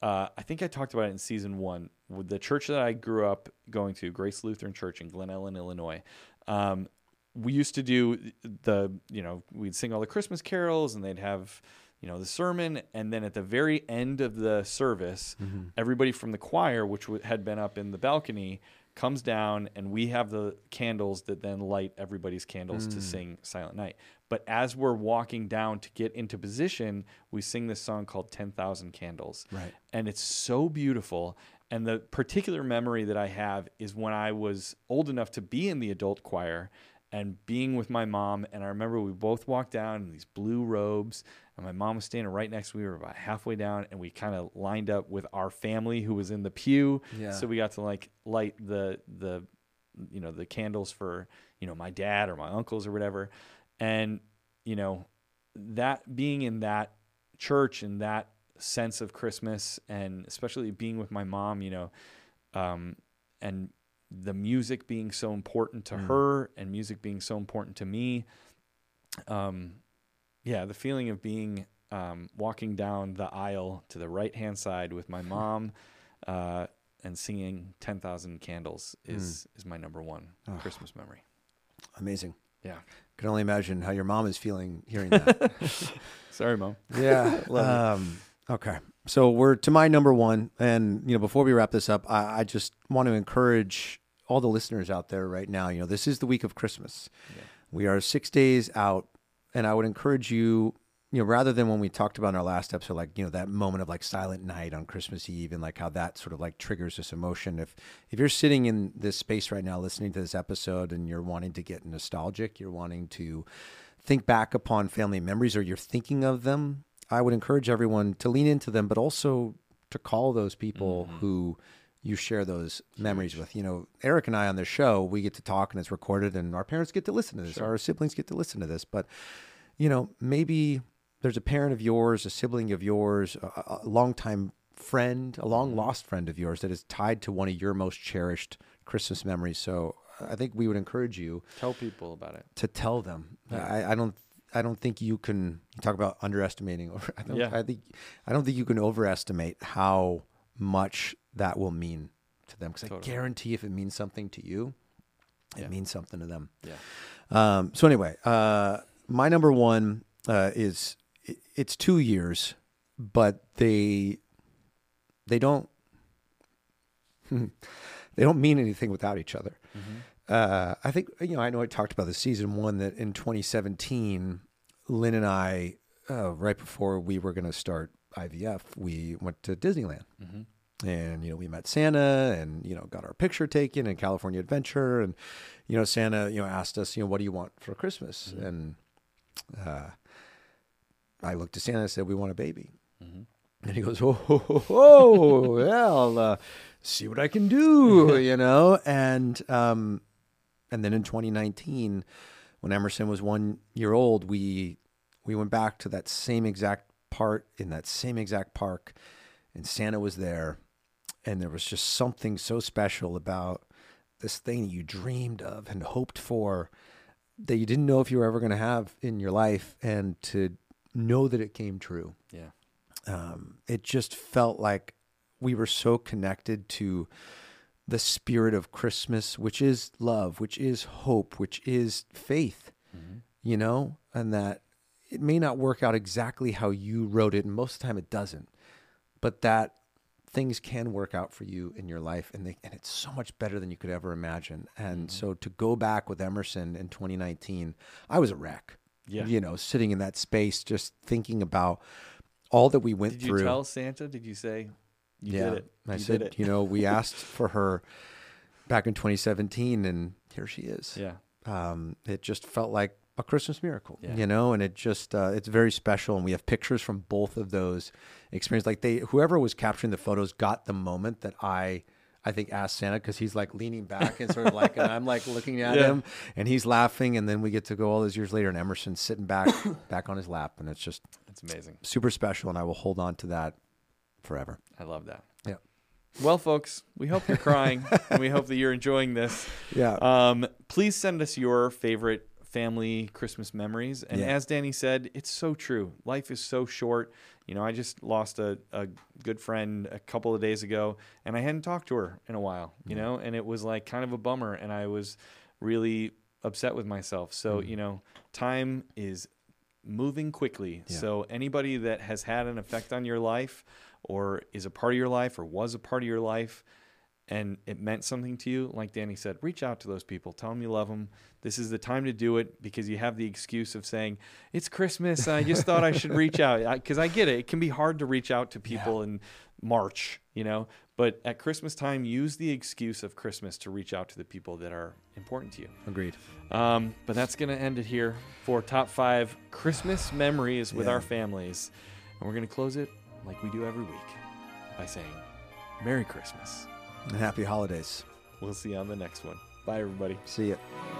uh, I think I talked about it in season one. With the church that I grew up going to, Grace Lutheran Church in Glen Ellen, Illinois. Um, we used to do the, you know, we'd sing all the Christmas carols and they'd have, you know, the sermon. And then at the very end of the service,
Mm-hmm.
everybody from the choir, which w- had been up in the balcony, comes down and we have the candles that then light everybody's candles
Hmm.
to sing Silent Night. But as we're walking down to get into position, we sing this song called 10,000 Candles.
Right.
And it's so beautiful. And the particular memory that I have is when I was old enough to be in the adult choir and being with my mom. And I remember we both walked down in these blue robes, and my mom was standing right next to me. We were about halfway down, and we kind of lined up with our family who was in the pew.
Yeah.
So we got to like light the the you know the candles for you know my dad or my uncles or whatever and you know that being in that church and that sense of christmas and especially being with my mom you know um and the music being so important to her and music being so important to me um yeah the feeling of being um walking down the aisle to the right hand side with my mom uh and singing 10,000 candles is is my number 1 christmas memory
Amazing.
yeah
Can only imagine how your mom is feeling hearing that.
sorry mom
yeah. Um, okay. So we're to my number one, and you know, before we wrap this up, I, I just want to encourage all the listeners out there right now. You know, this is the week of Christmas. We are six days out, and I would encourage you you know, rather than when we talked about in our last episode, like you know that moment of like silent night on Christmas Eve, and like how that sort of like triggers this emotion. If if you're sitting in this space right now, listening to this episode, and you're wanting to get nostalgic, you're wanting to think back upon family memories, or you're thinking of them, I would encourage everyone to lean into them, but also to call those people who you share those memories with. You know, Eric and I on this show, we get to talk and it's recorded, and our parents get to listen to this, our siblings get to listen to this. But, you know, maybe there's a parent of yours, a sibling of yours, a, a longtime friend, a long lost friend of yours that is tied to one of your most cherished Christmas memories. So I think we would encourage you
Tell people about it.
to tell them. I, I don't. I don't think you can you talk about underestimating. Over, I don't.
Yeah.
I think. I don't think you can overestimate how much that will mean to them. Because I guarantee, if it means something to you, it means something to them.
Yeah.
Um, so anyway, uh, my number one uh, is i- it's two years, but they they don't they don't mean anything without each other. Uh, I think you know. I know I talked about this season one that in 2017, Lynn and I, uh, right before we were going to start IVF, we went to Disneyland, and you know we met Santa, and you know got our picture taken in California Adventure, and you know Santa, you know asked us, you know, what do you want for Christmas, and uh, I looked at Santa and I said, we want a baby. And he goes, oh, ho, ho, ho, well, uh, see what I can do, you know? And, um, and then in 2019, when Emerson was one year old, we, we went back to that same exact part in that same exact park and Santa was there. And there was just something so special about this thing that you dreamed of and hoped for that you didn't know if you were ever going to have in your life and to know that it came true
Yeah.
um, it just felt like we were so connected to the spirit of Christmas, which is love, which is hope, which is faith, you know, and that it may not work out exactly how you wrote it. And most of the time it doesn't, but that things can work out for you in your life. And, they, and it's so much better than you could ever imagine. And so to go back with Emerson in 2019, I was a wreck.
Yeah.
You know, sitting in that space, just thinking about all that we went
Did you
through.
tell Santa? Did you say you did it?
I
you
said,
did it.
you know, we asked for her back in 2017, and here she is.
yeah.
Um, it just felt like a Christmas miracle,
Yeah.
you know, and it just uh, it's very special. And we have pictures from both of those experiences. Like they, whoever was capturing the photos, got the moment that I. I think asked Santa because he's like leaning back and sort of like, and I'm like looking at
Yeah.
him, and he's laughing, and then we get to go all those years later, and Emerson's sitting back, back on his lap, and it's just
That's amazing.
super special, and I will hold on to that forever.
I love that.
Yeah.
Well, folks, we hope you're crying and we hope that you're enjoying this.
Yeah.
Um, please send us your favorite family Christmas memories. And
Yeah.
as Danny said, it's so true. Life is so short. You know, I just lost a, a good friend a couple of days ago and I hadn't talked to her in a while, you know, and it was like kind of a bummer. And I was really upset with myself. So, you know, time is moving quickly. So anybody that has had an effect on your life or is a part of your life or was a part of your life and it meant something to you, like Danny said, reach out to those people. Tell them you love them. This is the time to do it because you have the excuse of saying, it's Christmas. And I just thought I should reach out because I, get it. It can be hard to reach out to people in March, you know, but at Christmas time, use the excuse of Christmas to reach out to the people that are important to you.
Agreed.
Um, but that's going to end it here for top five Christmas memories with our families. And we're going to close it like we do every week by saying, Merry Christmas.
And happy holidays.
We'll see you on the next one. Bye, everybody.
See ya.